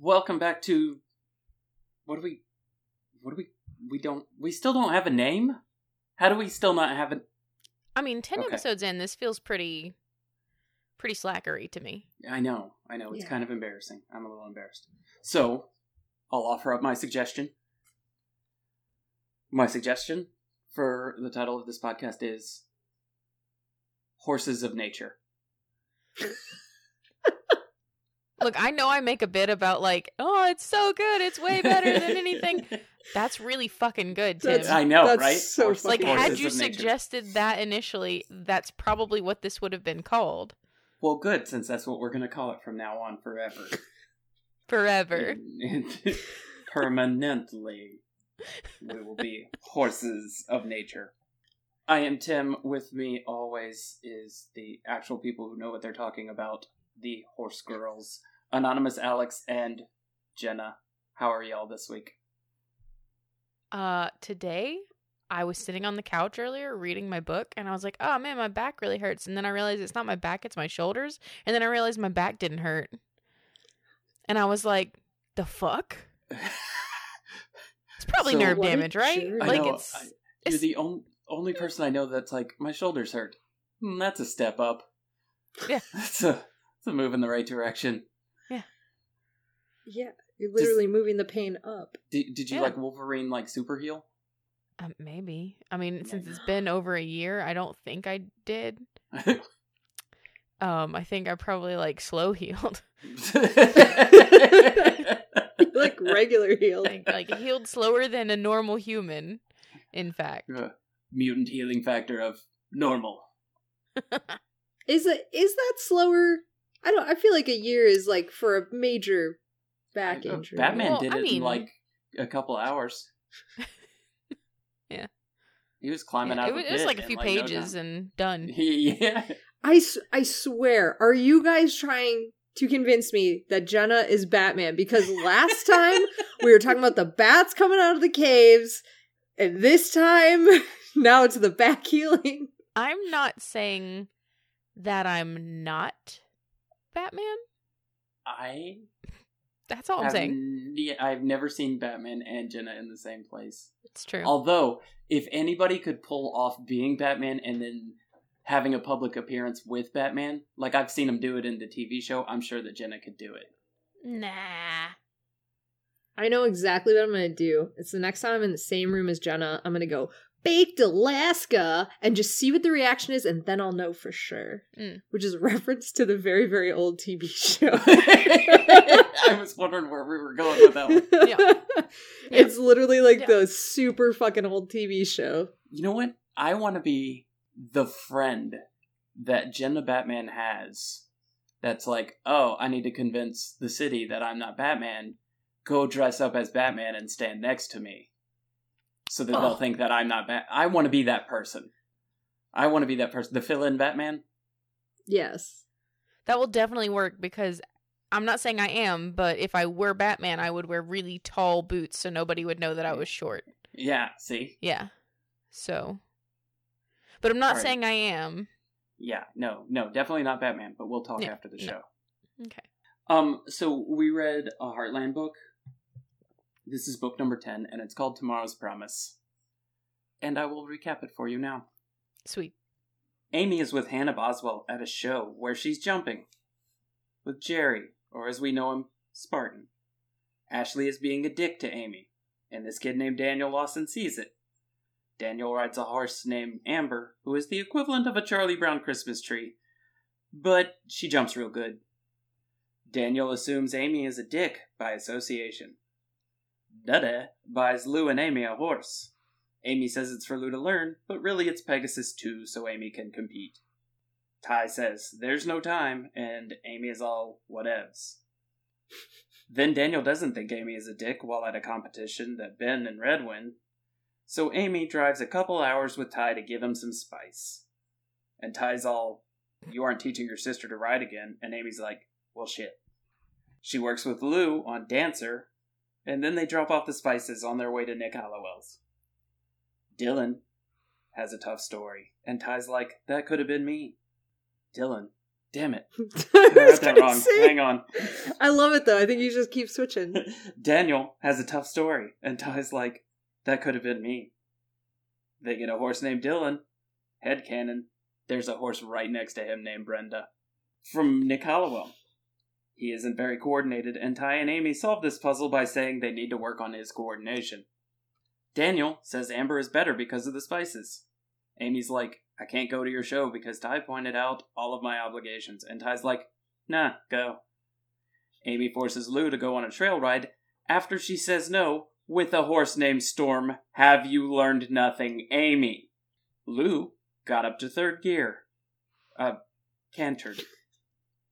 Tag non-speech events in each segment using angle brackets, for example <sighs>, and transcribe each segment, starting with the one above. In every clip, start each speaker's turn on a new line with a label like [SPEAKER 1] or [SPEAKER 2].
[SPEAKER 1] Welcome back to what do we what do we we don't we still don't have a name? How do we still not have a
[SPEAKER 2] I mean, 10
[SPEAKER 1] Okay.
[SPEAKER 2] episodes in, this feels pretty pretty slackery to me.
[SPEAKER 1] I know, I know, it's
[SPEAKER 3] Yeah.
[SPEAKER 1] kind of embarrassing. I'm a little embarrassed. So I'll offer up my suggestion. My suggestion for the title of this podcast is Horses of Nature. Uh,
[SPEAKER 2] Look, I know I make a bit about like, "Oh, it's so good. It's way better
[SPEAKER 1] <laughs>
[SPEAKER 2] than anything." That's really fucking good, Tim.
[SPEAKER 3] That's-
[SPEAKER 1] I know,
[SPEAKER 3] That's
[SPEAKER 1] right?
[SPEAKER 3] so
[SPEAKER 1] Horses-
[SPEAKER 2] like
[SPEAKER 3] fucking
[SPEAKER 1] Horses
[SPEAKER 2] had
[SPEAKER 3] good.
[SPEAKER 2] you
[SPEAKER 1] of Nature.
[SPEAKER 2] suggested that initially, that's probably what this would have been called
[SPEAKER 1] Well, good, since that's what we're going to call it from now on forever.
[SPEAKER 2] forever.
[SPEAKER 1] And- and <laughs> permanently, we will be horses of nature. I am Tim. With me always is the actual people who know what they're talking about the horse girls, Anonymous Alex and Jenna. How are y'all this week?
[SPEAKER 2] Uh, today I was sitting on the couch earlier reading my book and I was like, "Oh man, my back really hurts." And then I realized it's not my back, it's my shoulders. And then I realized my back didn't hurt. And I was like, "The fuck?" It's probably
[SPEAKER 1] So-
[SPEAKER 2] nerve
[SPEAKER 3] What a
[SPEAKER 2] damage, right?
[SPEAKER 3] jerk.
[SPEAKER 1] I
[SPEAKER 2] Like
[SPEAKER 1] know,
[SPEAKER 2] it's
[SPEAKER 1] I- You're
[SPEAKER 2] it's-
[SPEAKER 1] the on- only person I know that's like, my shoulders hurt. Hmm, that's a step up.
[SPEAKER 2] Yeah.
[SPEAKER 1] <laughs> That's a, that's a move in the right direction.
[SPEAKER 3] Yeah, you're literally moving the pain up.
[SPEAKER 1] Did, did you
[SPEAKER 2] Yeah.
[SPEAKER 1] like Wolverine like super <laughs> heal?
[SPEAKER 2] um, maybe. I mean, since
[SPEAKER 1] Maybe.
[SPEAKER 2] it's been over a year, I don't think I did. Um, I think I probably like slow <laughs> healed,
[SPEAKER 3] like regular heal.
[SPEAKER 2] like, like healed slower than a normal human. In fact,
[SPEAKER 1] <laughs> Mutant healing factor of normal.
[SPEAKER 3] Is it is that slower? I don't. I feel like a year is like for a major back
[SPEAKER 1] Uh,
[SPEAKER 3] injury.
[SPEAKER 1] Batman
[SPEAKER 2] Well,
[SPEAKER 1] did it
[SPEAKER 2] I
[SPEAKER 1] in
[SPEAKER 2] mean-
[SPEAKER 1] like a couple hours.
[SPEAKER 2] <laughs> Yeah.
[SPEAKER 1] He was climbing
[SPEAKER 2] Yeah,
[SPEAKER 1] out.
[SPEAKER 2] it
[SPEAKER 1] of
[SPEAKER 2] was,
[SPEAKER 1] a
[SPEAKER 2] it was
[SPEAKER 1] pit
[SPEAKER 2] like a
[SPEAKER 1] in,
[SPEAKER 2] few
[SPEAKER 1] no <laughs>
[SPEAKER 2] pages
[SPEAKER 1] time.
[SPEAKER 2] and done.
[SPEAKER 1] yeah.
[SPEAKER 3] I, s- I swear, are you guys trying to convince me that Jenna is Batman? Because
[SPEAKER 1] <laughs>
[SPEAKER 3] last time we were talking about the bats coming out of the caves, and this time <laughs> now it's the back healing.
[SPEAKER 2] I'm not saying that I'm not Batman.
[SPEAKER 1] I
[SPEAKER 2] That's all I'm
[SPEAKER 1] have
[SPEAKER 2] saying.
[SPEAKER 1] n- I've never seen Batman and Jenna in the same place.
[SPEAKER 2] It's true.
[SPEAKER 1] Although, if anybody could pull off being Batman and then having a public appearance with Batman, like I've seen him do it in the TV show, I'm sure that Jenna could do it.
[SPEAKER 2] nah.
[SPEAKER 3] I know exactly what I'm going to do. It's the next time I'm in the same room as Jenna, I'm going to go baked Alaska and just see what the reaction is, and then I'll know for sure.
[SPEAKER 2] Mm.
[SPEAKER 3] Which is a <laughs> reference to the very, very old TV
[SPEAKER 2] <laughs>
[SPEAKER 3] show.
[SPEAKER 1] <laughs> I was wondering where we were going with that
[SPEAKER 2] <laughs>
[SPEAKER 1] one.
[SPEAKER 3] <laughs> It's literally like
[SPEAKER 2] Yeah.
[SPEAKER 3] the super fucking old TV show.
[SPEAKER 1] You know what? I want to be the friend that Jenna Batman has that's like, oh, I need to convince the city that I'm not Batman. Go dress up as Batman and stand next to me so that they'll
[SPEAKER 2] Oh.
[SPEAKER 1] think that I'm not Bat. I want to be that person. I want to be that person. The fill in Batman?
[SPEAKER 3] Yes. <laughs>
[SPEAKER 2] That will definitely work because I'm not saying I am, but if I were Batman, I would wear really tall boots so nobody would know that I was short.
[SPEAKER 1] Yeah, see?
[SPEAKER 2] Yeah. So. But I'm not
[SPEAKER 1] Alright.
[SPEAKER 2] saying I am.
[SPEAKER 1] Yeah, no, no, definitely not Batman, but we'll talk
[SPEAKER 2] Yeah,
[SPEAKER 1] after the
[SPEAKER 2] no.
[SPEAKER 1] show.
[SPEAKER 2] Okay.
[SPEAKER 1] Um, so we read a Heartland book. This is book number 10, and it's called Tomorrow's Promise. And I will recap it for you now.
[SPEAKER 2] Sweet. <laughs>
[SPEAKER 1] Amy is with Hannah Boswell at a show where she's jumping with Jerry, or as we know him, Spartan. Ashley is being a dick to Amy, and this kid named Daniel Lawson sees it. Daniel rides a horse named Amber, who is the equivalent of a Charlie Brown Christmas tree, but she jumps real good. Daniel assumes Amy is a dick by association. Dada buys Lou and Amy a horse. Amy says it's for Lou to learn, but really it's Pegasus 2 so Amy can compete. Ty says, There's no time, and Amy is all whatevs. Then Daniel doesn't think Amy is a dick while at a competition that Ben and Red win, so Amy drives a couple hours with Ty to give him some spice. And Ty's all, You aren't teaching your sister to ride again, and Amy's like, Well, shit. She works with Lou on Dancer, and then they drop off the spices on their way to Nick Hollowell's. Dylan has a tough story, and Ty's like, That could have been me. Dylan, damn it.
[SPEAKER 3] I,
[SPEAKER 1] I read
[SPEAKER 3] was
[SPEAKER 1] that
[SPEAKER 3] gonna
[SPEAKER 1] wrong.
[SPEAKER 3] say-
[SPEAKER 1] Hang on.
[SPEAKER 3] I love it though. I think you just keep switching.
[SPEAKER 1] <laughs> Daniel has a tough story, and Ty's like, that could have been me. They get a horse named Dylan, headcanon. There's a horse right next to him named Brenda. From Nick Hollowell. He isn't very coordinated, and Ty and Amy solve this puzzle by saying they need to work on his coordination. Daniel says Amber is better because of the spices. Amy's like, I can't go to your show because Ty pointed out all of my obligations, and Ty's like, nah, go. Amy forces Lou to go on a trail ride after she says no with a horse named Storm. Have you learned nothing, Amy? Lou got up to third gear. Uh, cantered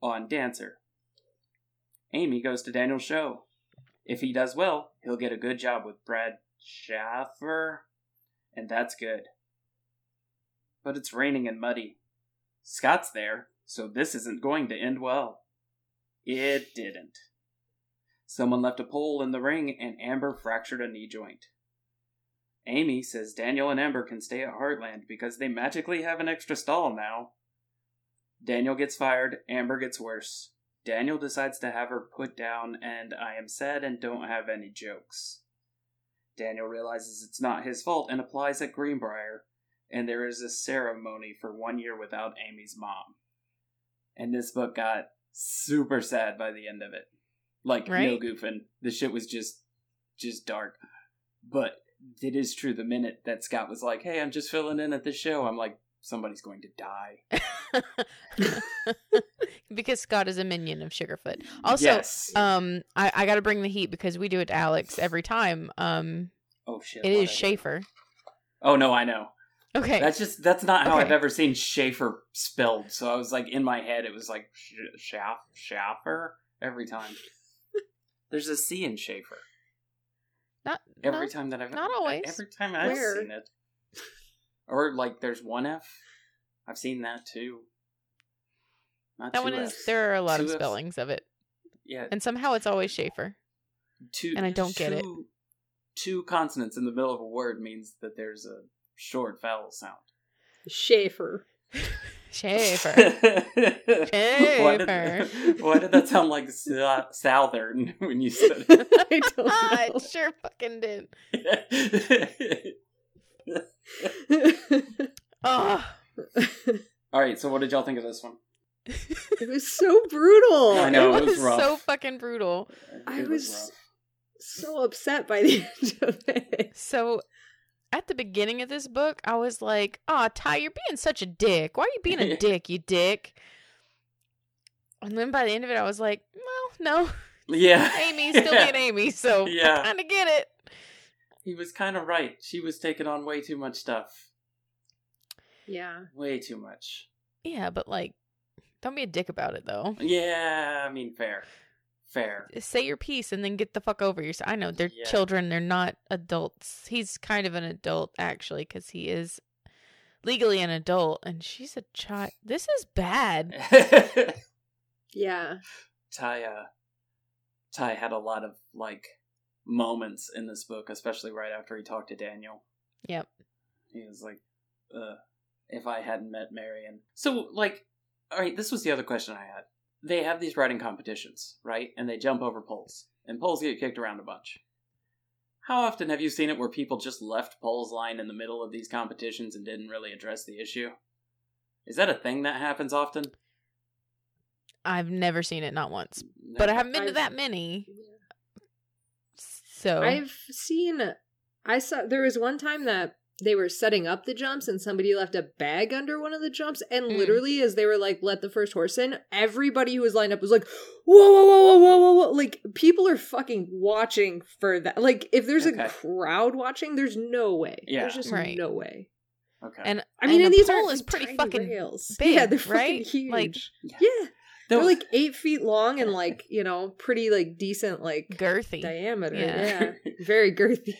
[SPEAKER 1] on Dancer. Amy goes to Daniel's show. If he does well, he'll get a good job with Brad Schaffer, and that's good. But it's raining and muddy. Scott's there, so this isn't going to end well. It didn't. Someone left a pole in the ring, and Amber fractured a knee joint. Amy says Daniel and Amber can stay at Heartland because they magically have an extra stall now. Daniel gets fired, Amber gets worse. Daniel decides to have her put down, and I am sad and don't have any jokes. Daniel realizes it's not his fault and applies at Greenbrier, and there is a ceremony for one year without Amy's mom. And this book got super sad by the end of it. Like no
[SPEAKER 2] Right.
[SPEAKER 1] goofing. The shit was just just dark. But it is true the minute that Scott was like, Hey, I'm just filling in at this show, I'm like, somebody's going to die.
[SPEAKER 2] because Scott is a minion of Sugarfoot. Also,
[SPEAKER 1] yes.
[SPEAKER 2] um, I, I got to bring the heat because we do it to Alex every time. Um,
[SPEAKER 1] oh shit.
[SPEAKER 2] it is
[SPEAKER 1] whatever.
[SPEAKER 2] Schaefer.
[SPEAKER 1] Oh no, I know.
[SPEAKER 2] Okay,
[SPEAKER 1] That's just that's not how
[SPEAKER 2] Okay.
[SPEAKER 1] I've ever seen Schaefer spelled. So I was like in my head, it was like Sh- Schaff Schaffer every
[SPEAKER 2] <laughs>
[SPEAKER 1] time. There's a C in Schaefer
[SPEAKER 2] not
[SPEAKER 1] every
[SPEAKER 2] not-
[SPEAKER 1] time that I've
[SPEAKER 2] not always.
[SPEAKER 1] every time I've
[SPEAKER 3] Where?
[SPEAKER 1] seen it. Or like there's one F. I've seen that too. Not
[SPEAKER 2] That
[SPEAKER 1] two
[SPEAKER 2] one is.
[SPEAKER 1] Fs.
[SPEAKER 2] There are a lot of
[SPEAKER 1] Two Fs.
[SPEAKER 2] spellings of it,
[SPEAKER 1] Yeah,
[SPEAKER 2] and somehow it's always Schaefer.
[SPEAKER 1] two
[SPEAKER 2] and I don't get it.
[SPEAKER 1] two- Two consonants in the middle of a word means that there's a short vowel sound. <laughs>
[SPEAKER 3] Schaefer. <laughs>
[SPEAKER 1] <laughs>
[SPEAKER 2] Schaefer.
[SPEAKER 1] Why did- Why
[SPEAKER 2] Schaefer.
[SPEAKER 1] did, that sound like Sou- Southern <laughs> when you said
[SPEAKER 3] I don't
[SPEAKER 2] Ah,
[SPEAKER 3] know.
[SPEAKER 2] it sure fucking did.
[SPEAKER 1] it? <laughs>
[SPEAKER 2] Oh,
[SPEAKER 1] All right, so what did y'all think of this one?
[SPEAKER 3] <laughs> it was so brutal.
[SPEAKER 2] <laughs>
[SPEAKER 1] I know,
[SPEAKER 2] it
[SPEAKER 1] it was
[SPEAKER 2] was
[SPEAKER 1] rough.
[SPEAKER 2] so fucking brutal.
[SPEAKER 3] I
[SPEAKER 1] It
[SPEAKER 3] was so upset by the <laughs> end of it.
[SPEAKER 2] So at the beginning of this book, I was like, "Oh, Ty, you're being such a dick. Why are you
[SPEAKER 1] <laughs>
[SPEAKER 2] being a dick, you dick?" And then by the end of it, I was like, "Well,
[SPEAKER 1] rough. yeah.
[SPEAKER 2] no,
[SPEAKER 1] <laughs>
[SPEAKER 2] Amy's still being <laughs> Amy, so I
[SPEAKER 1] Yeah.
[SPEAKER 2] kind of get it."
[SPEAKER 1] He was kind of right. She was taking on way too much stuff.
[SPEAKER 3] Yeah.
[SPEAKER 1] Way too much.
[SPEAKER 2] Yeah, but like, don't be a dick about it though.
[SPEAKER 1] Yeah, I mean, fair, fair. <laughs>
[SPEAKER 2] Say your piece and then get the fuck over yourself. I know they're
[SPEAKER 1] Yeah.
[SPEAKER 2] children; they're not adults. He's kind of an adult actually, because he is legally an adult, and she's a child. This is bad.
[SPEAKER 3] Yeah.
[SPEAKER 1] Ty uh, Ty had a lot of like moments in this book, especially right after he talked to Daniel.
[SPEAKER 2] Yep.
[SPEAKER 1] He was like, Ugh, if I hadn't met Marion. So like alright, this was the other question I had. They have these writing competitions, right? And they jump over poles. And poles get kicked around a bunch. How often have you seen it where people just left poles lying in the middle of these competitions and didn't really address the issue? Is that a thing that happens often?
[SPEAKER 2] I've never seen it, not once. but I haven't been to
[SPEAKER 3] I've-
[SPEAKER 2] that many.
[SPEAKER 1] Oh.
[SPEAKER 2] So
[SPEAKER 3] I've seen. I saw there was one time that they were setting up the jumps and somebody left a bag under one of the jumps and
[SPEAKER 2] Mm.
[SPEAKER 3] literally as they were like let the first horse in everybody who was lined up was like whoa whoa whoa whoa whoa whoa, whoa. like people are fucking watching for that like if there's
[SPEAKER 1] Okay.
[SPEAKER 3] a crowd watching there's no way
[SPEAKER 1] Yeah.
[SPEAKER 3] there's just
[SPEAKER 2] Right.
[SPEAKER 3] no way
[SPEAKER 1] Okay. <laughs>
[SPEAKER 2] And
[SPEAKER 3] I mean,
[SPEAKER 2] and
[SPEAKER 3] and,
[SPEAKER 2] the
[SPEAKER 3] these
[SPEAKER 2] pole
[SPEAKER 3] are
[SPEAKER 2] is pretty
[SPEAKER 3] tiny
[SPEAKER 2] fucking
[SPEAKER 3] rails.
[SPEAKER 2] big,
[SPEAKER 3] yeah, they're fucking
[SPEAKER 2] right?
[SPEAKER 3] huge.
[SPEAKER 2] Like-
[SPEAKER 3] yeah,
[SPEAKER 1] Though-
[SPEAKER 3] they're like eight feet long <laughs> and like you know pretty like decent like
[SPEAKER 2] girthy.
[SPEAKER 3] diameter.
[SPEAKER 2] Yeah.
[SPEAKER 3] Yeah, <laughs> very girthy.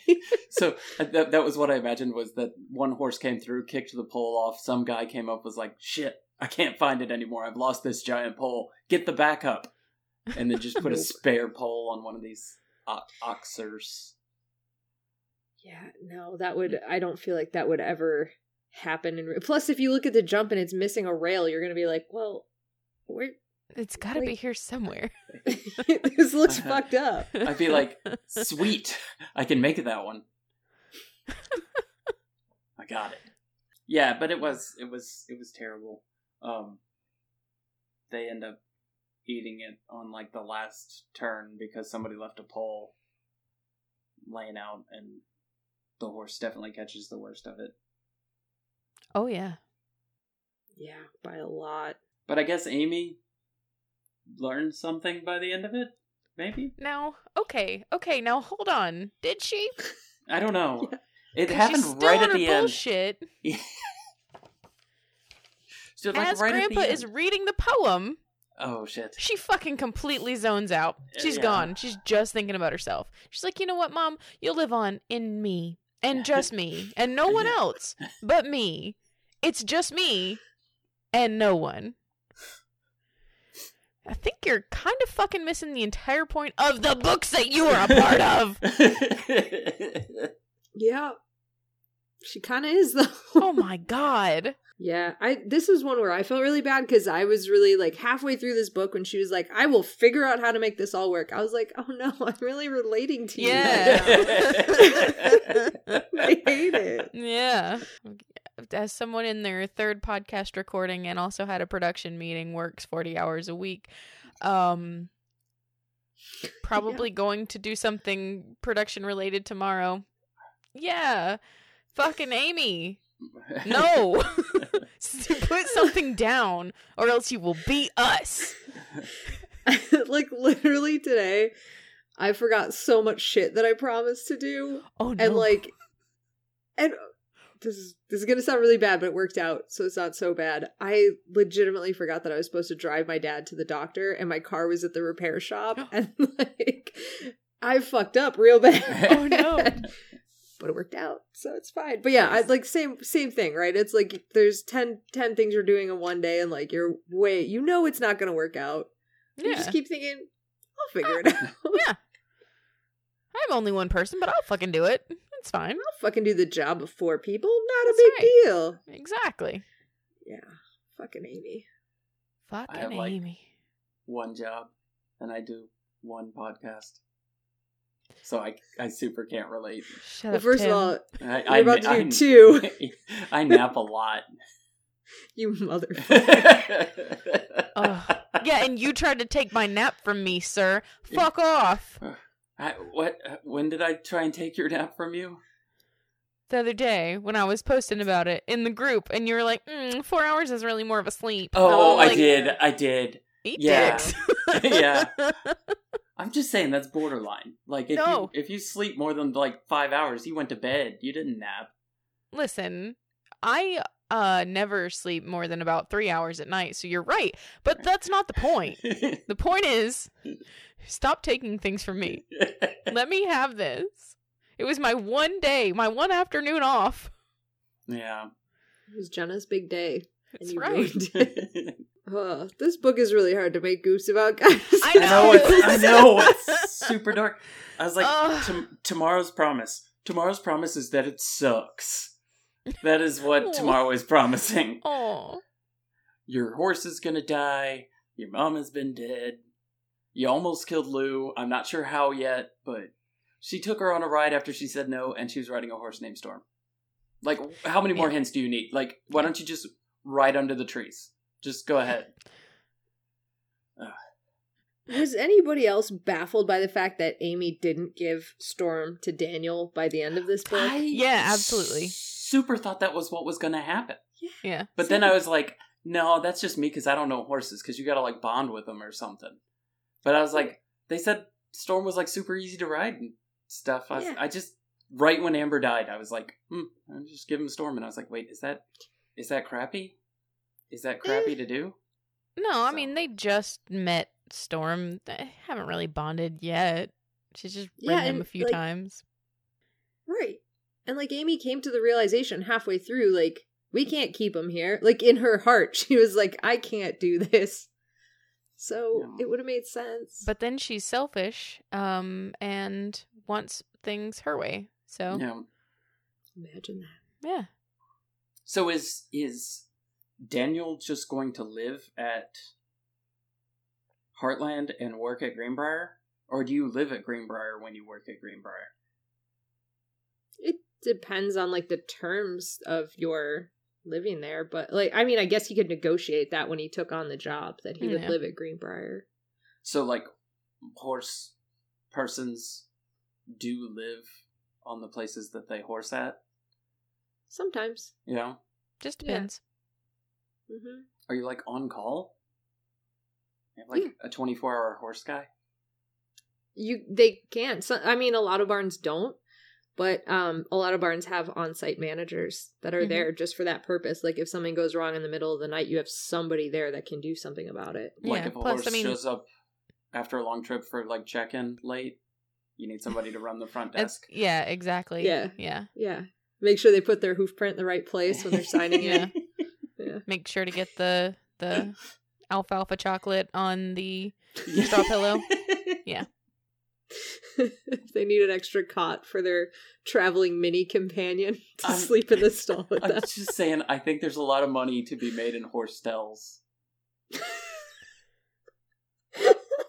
[SPEAKER 1] so uh, that, that was what I imagined was that one horse came through, kicked the pole off. Some guy came up, was like, "Shit, I can't find it anymore. I've lost this giant pole. Get the back up," and then just put a
[SPEAKER 3] Nope.
[SPEAKER 1] spare pole on one of these o- oxers.
[SPEAKER 3] yeah, no, that would. I don't feel like that would ever happen. And plus, if you look at the jump and it's missing a rail, you're gonna be like, well, where <laughs>
[SPEAKER 2] It's got to be
[SPEAKER 3] Like-
[SPEAKER 2] here somewhere.
[SPEAKER 3] this looks fucked <laughs> up.
[SPEAKER 1] <laughs> I'd be
[SPEAKER 2] <laughs>
[SPEAKER 1] like, Sweet, I can make it that one. I got it. Yeah, but it was it was it was terrible. Um, they end up eating it on like the last turn because somebody left a pole laying out, and the horse definitely catches the worst of it.
[SPEAKER 2] oh yeah.
[SPEAKER 3] Yeah, by a lot.
[SPEAKER 1] But I guess Amy learned something by the end of it. Maybe
[SPEAKER 2] Now, okay, okay. Now hold on. Did she?
[SPEAKER 1] I don't know.
[SPEAKER 3] Yeah.
[SPEAKER 1] It
[SPEAKER 2] 'Cause
[SPEAKER 1] happened
[SPEAKER 2] she's still
[SPEAKER 1] right
[SPEAKER 2] on
[SPEAKER 1] at
[SPEAKER 2] her
[SPEAKER 1] the end.
[SPEAKER 2] bullshit.
[SPEAKER 1] So, like,
[SPEAKER 2] As
[SPEAKER 1] right at the
[SPEAKER 2] Grandpa is
[SPEAKER 1] end.
[SPEAKER 2] reading the poem,
[SPEAKER 1] Oh
[SPEAKER 2] <laughs>
[SPEAKER 1] shit.
[SPEAKER 2] she fucking completely zones out. She's
[SPEAKER 1] Yeah.
[SPEAKER 2] gone. She's just thinking about herself. She's like, you know what, Mom? You'll live on in me and just me and no one
[SPEAKER 1] Yeah.
[SPEAKER 2] else but me. It's just me and no one. I think you're kind of fucking missing the entire point of the books that you are
[SPEAKER 1] <laughs>
[SPEAKER 2] a part of.
[SPEAKER 3] Yeah, she kind of is though.
[SPEAKER 2] Oh my god.
[SPEAKER 3] Yeah, I this was one where I felt really bad because I was really like halfway through this book when she was like, "I will figure out how to make this all work." I was like, "Oh no, <laughs> I'm really relating to you." right <laughs>
[SPEAKER 2] Yeah.
[SPEAKER 3] now." I hate it. <laughs>
[SPEAKER 2] Yeah. As someone in their third podcast recording and also had a production meeting, works 40 hours a week, um, probably going to do something production related tomorrow. Yeah. Fucking Amy. No. <laughs> Put something down or else you will be us.
[SPEAKER 3] like literally today, I forgot so much shit that I promised to do,
[SPEAKER 2] Oh, no.
[SPEAKER 3] and like, and this is this is gonna sound really bad, but it worked out, so it's not so bad. I legitimately forgot that I was supposed to drive my dad to the doctor, and my car was at the repair
[SPEAKER 2] <gasps>
[SPEAKER 3] shop, and like, I fucked up real bad.
[SPEAKER 2] <laughs> Oh, no.
[SPEAKER 3] <laughs> but it worked out so it's fine but yeah I, like same same thing right it's like there's 10, 10 things you're doing in one day and like you're way you know it's not gonna work out you
[SPEAKER 2] yeah.
[SPEAKER 3] just keep thinking i'll figure
[SPEAKER 2] <laughs>
[SPEAKER 3] it out <laughs> i'll
[SPEAKER 2] I'm only one person, but I'll fucking do it. It's fine.
[SPEAKER 3] fucking do the job of four people not a
[SPEAKER 2] That's
[SPEAKER 3] big
[SPEAKER 2] right.
[SPEAKER 3] deal
[SPEAKER 2] Exactly.
[SPEAKER 3] yeah fucking amy
[SPEAKER 1] have,
[SPEAKER 2] Fucking
[SPEAKER 1] like-
[SPEAKER 2] Amy.
[SPEAKER 1] <laughs> one job, and I do one podcast. So I, I super can't relate.
[SPEAKER 2] Shut
[SPEAKER 3] well
[SPEAKER 2] up,
[SPEAKER 3] first
[SPEAKER 2] Tim.
[SPEAKER 3] of all you're
[SPEAKER 1] I,
[SPEAKER 3] about to do
[SPEAKER 1] I-
[SPEAKER 3] two
[SPEAKER 1] <laughs> I nap a lot.
[SPEAKER 3] you mother <laughs>
[SPEAKER 2] Ugh. Yeah, and you tried to take my nap from me, sir. Fuck off.
[SPEAKER 1] <laughs> I, what? When did I try and take your nap from you?
[SPEAKER 2] The other day when I was posting about it in the group, and you were like, mm, four hours is really more of a sleep.
[SPEAKER 1] Oh,
[SPEAKER 2] I'm
[SPEAKER 1] I
[SPEAKER 2] like,
[SPEAKER 1] did. I did. <laughs>
[SPEAKER 2] Eat
[SPEAKER 1] Yeah.
[SPEAKER 2] dicks.
[SPEAKER 1] yeah. I'm just saying that's borderline. Like if
[SPEAKER 2] No.
[SPEAKER 1] you if you sleep more than like five hours, you went to bed. You didn't nap.
[SPEAKER 2] <laughs> Listen, I uh never sleep more than about three hours at night, so you're right. But that's not the point. The point is, stop taking things from me. Let me have this. It was my one day, my one afternoon off.
[SPEAKER 1] <laughs>
[SPEAKER 2] <laughs>
[SPEAKER 1] yeah.
[SPEAKER 3] it was jenna's big day and
[SPEAKER 2] That's
[SPEAKER 3] you
[SPEAKER 2] right.
[SPEAKER 3] ruined it.
[SPEAKER 1] <laughs>
[SPEAKER 3] Ugh, this book is really hard to make goofs about guys
[SPEAKER 2] I
[SPEAKER 1] I know.
[SPEAKER 3] <laughs>
[SPEAKER 1] It's, I know. It's super dark. I was like,
[SPEAKER 2] Ugh.
[SPEAKER 1] "Tom- tomorrow's promise. Tomorrow's promise is that it sucks. That is
[SPEAKER 2] <laughs>
[SPEAKER 1] what tomorrow is promising.
[SPEAKER 2] Oh,
[SPEAKER 1] Your horse is gonna die. Your mom has been dead. You almost killed Lou. I'm not sure how yet, but she took her on a ride after she said no, and she was riding a horse named Storm. Like, how many more
[SPEAKER 2] Yeah.
[SPEAKER 1] hints do you need? Like, why don't you just ride under the trees? Just go ahead.
[SPEAKER 3] Was anybody else baffled by the fact that Amy didn't give Storm to Daniel by the end of this book?
[SPEAKER 1] I
[SPEAKER 2] Yeah, absolutely.
[SPEAKER 1] Super thought that was what was going to happen.
[SPEAKER 2] yeah.
[SPEAKER 1] But then I was like, no, that's just me because I don't know horses because you got to like bond with them or something. But I was like, they said Storm was like super easy to ride and stuff. I, was-
[SPEAKER 3] Yeah.
[SPEAKER 1] I just right when Amber died, I was like, hmm, I'm just giving Storm, and I was like, wait, is that is that crappy? Is that crappy to do?
[SPEAKER 2] No, I
[SPEAKER 1] So-
[SPEAKER 2] mean they just met Storm. They haven't really bonded yet. She's just
[SPEAKER 3] Yeah,
[SPEAKER 2] ridden him
[SPEAKER 3] and,
[SPEAKER 2] a few
[SPEAKER 3] like-
[SPEAKER 2] times.
[SPEAKER 3] Right. And like Amy came to the realization halfway through, like, we can't keep him here. Like in her heart, <laughs> she was like, I can't do this. So
[SPEAKER 1] No.
[SPEAKER 3] it would have made sense.
[SPEAKER 2] But then she's selfish, um, and wants things her way. So yeah.
[SPEAKER 1] Yeah.
[SPEAKER 3] imagine that.
[SPEAKER 1] So is is Daniel just going to live at Heartland and work at Greenbrier, or do you live at Greenbrier when you work at Greenbrier?
[SPEAKER 3] It depends on like the terms of your living there, but like I mean, I guess he could negotiate that when he took on the job that he would
[SPEAKER 2] Yeah.
[SPEAKER 3] live at Greenbrier.
[SPEAKER 1] So like horse persons do live on the places that they horse at,
[SPEAKER 3] Sometimes.
[SPEAKER 1] you know?
[SPEAKER 2] just
[SPEAKER 3] Yeah.
[SPEAKER 2] depends.
[SPEAKER 3] hmm
[SPEAKER 1] Are you like on call? You have, like
[SPEAKER 3] Yeah.
[SPEAKER 2] Hmm.
[SPEAKER 1] a twenty four hour horse guy?
[SPEAKER 3] You they can. So, I mean, a lot of barns don't, but um, a lot of barns have on-site managers that are
[SPEAKER 2] Mhm.
[SPEAKER 3] there just for that purpose. Like if something goes wrong in the middle of the night, you have somebody there that can do something about it.
[SPEAKER 1] Like
[SPEAKER 2] Yeah,
[SPEAKER 1] if a
[SPEAKER 2] plus,
[SPEAKER 1] horse
[SPEAKER 2] I mean-
[SPEAKER 1] shows up after a long trip for like check in late, you need somebody to run the front
[SPEAKER 2] It's-
[SPEAKER 1] desk.
[SPEAKER 2] yeah, exactly.
[SPEAKER 3] Yeah. <laughs>
[SPEAKER 2] yeah.
[SPEAKER 3] Yeah. Make sure they put their hoof print in the right place
[SPEAKER 2] <laughs>
[SPEAKER 3] when they're signing
[SPEAKER 2] Yeah.
[SPEAKER 3] it. Yeah.
[SPEAKER 2] Make sure to get the
[SPEAKER 3] <laughs>
[SPEAKER 2] the alfalfa chocolate on the <laughs> Straw pillow?
[SPEAKER 3] <laughs> they need an extra cot for their traveling mini companion to
[SPEAKER 1] I'm-
[SPEAKER 3] sleep in the
[SPEAKER 1] <laughs>
[SPEAKER 3] stall with
[SPEAKER 1] <laughs> Um, I'm
[SPEAKER 3] them.
[SPEAKER 1] just saying, I think there's a lot of money to be made in horse stalls.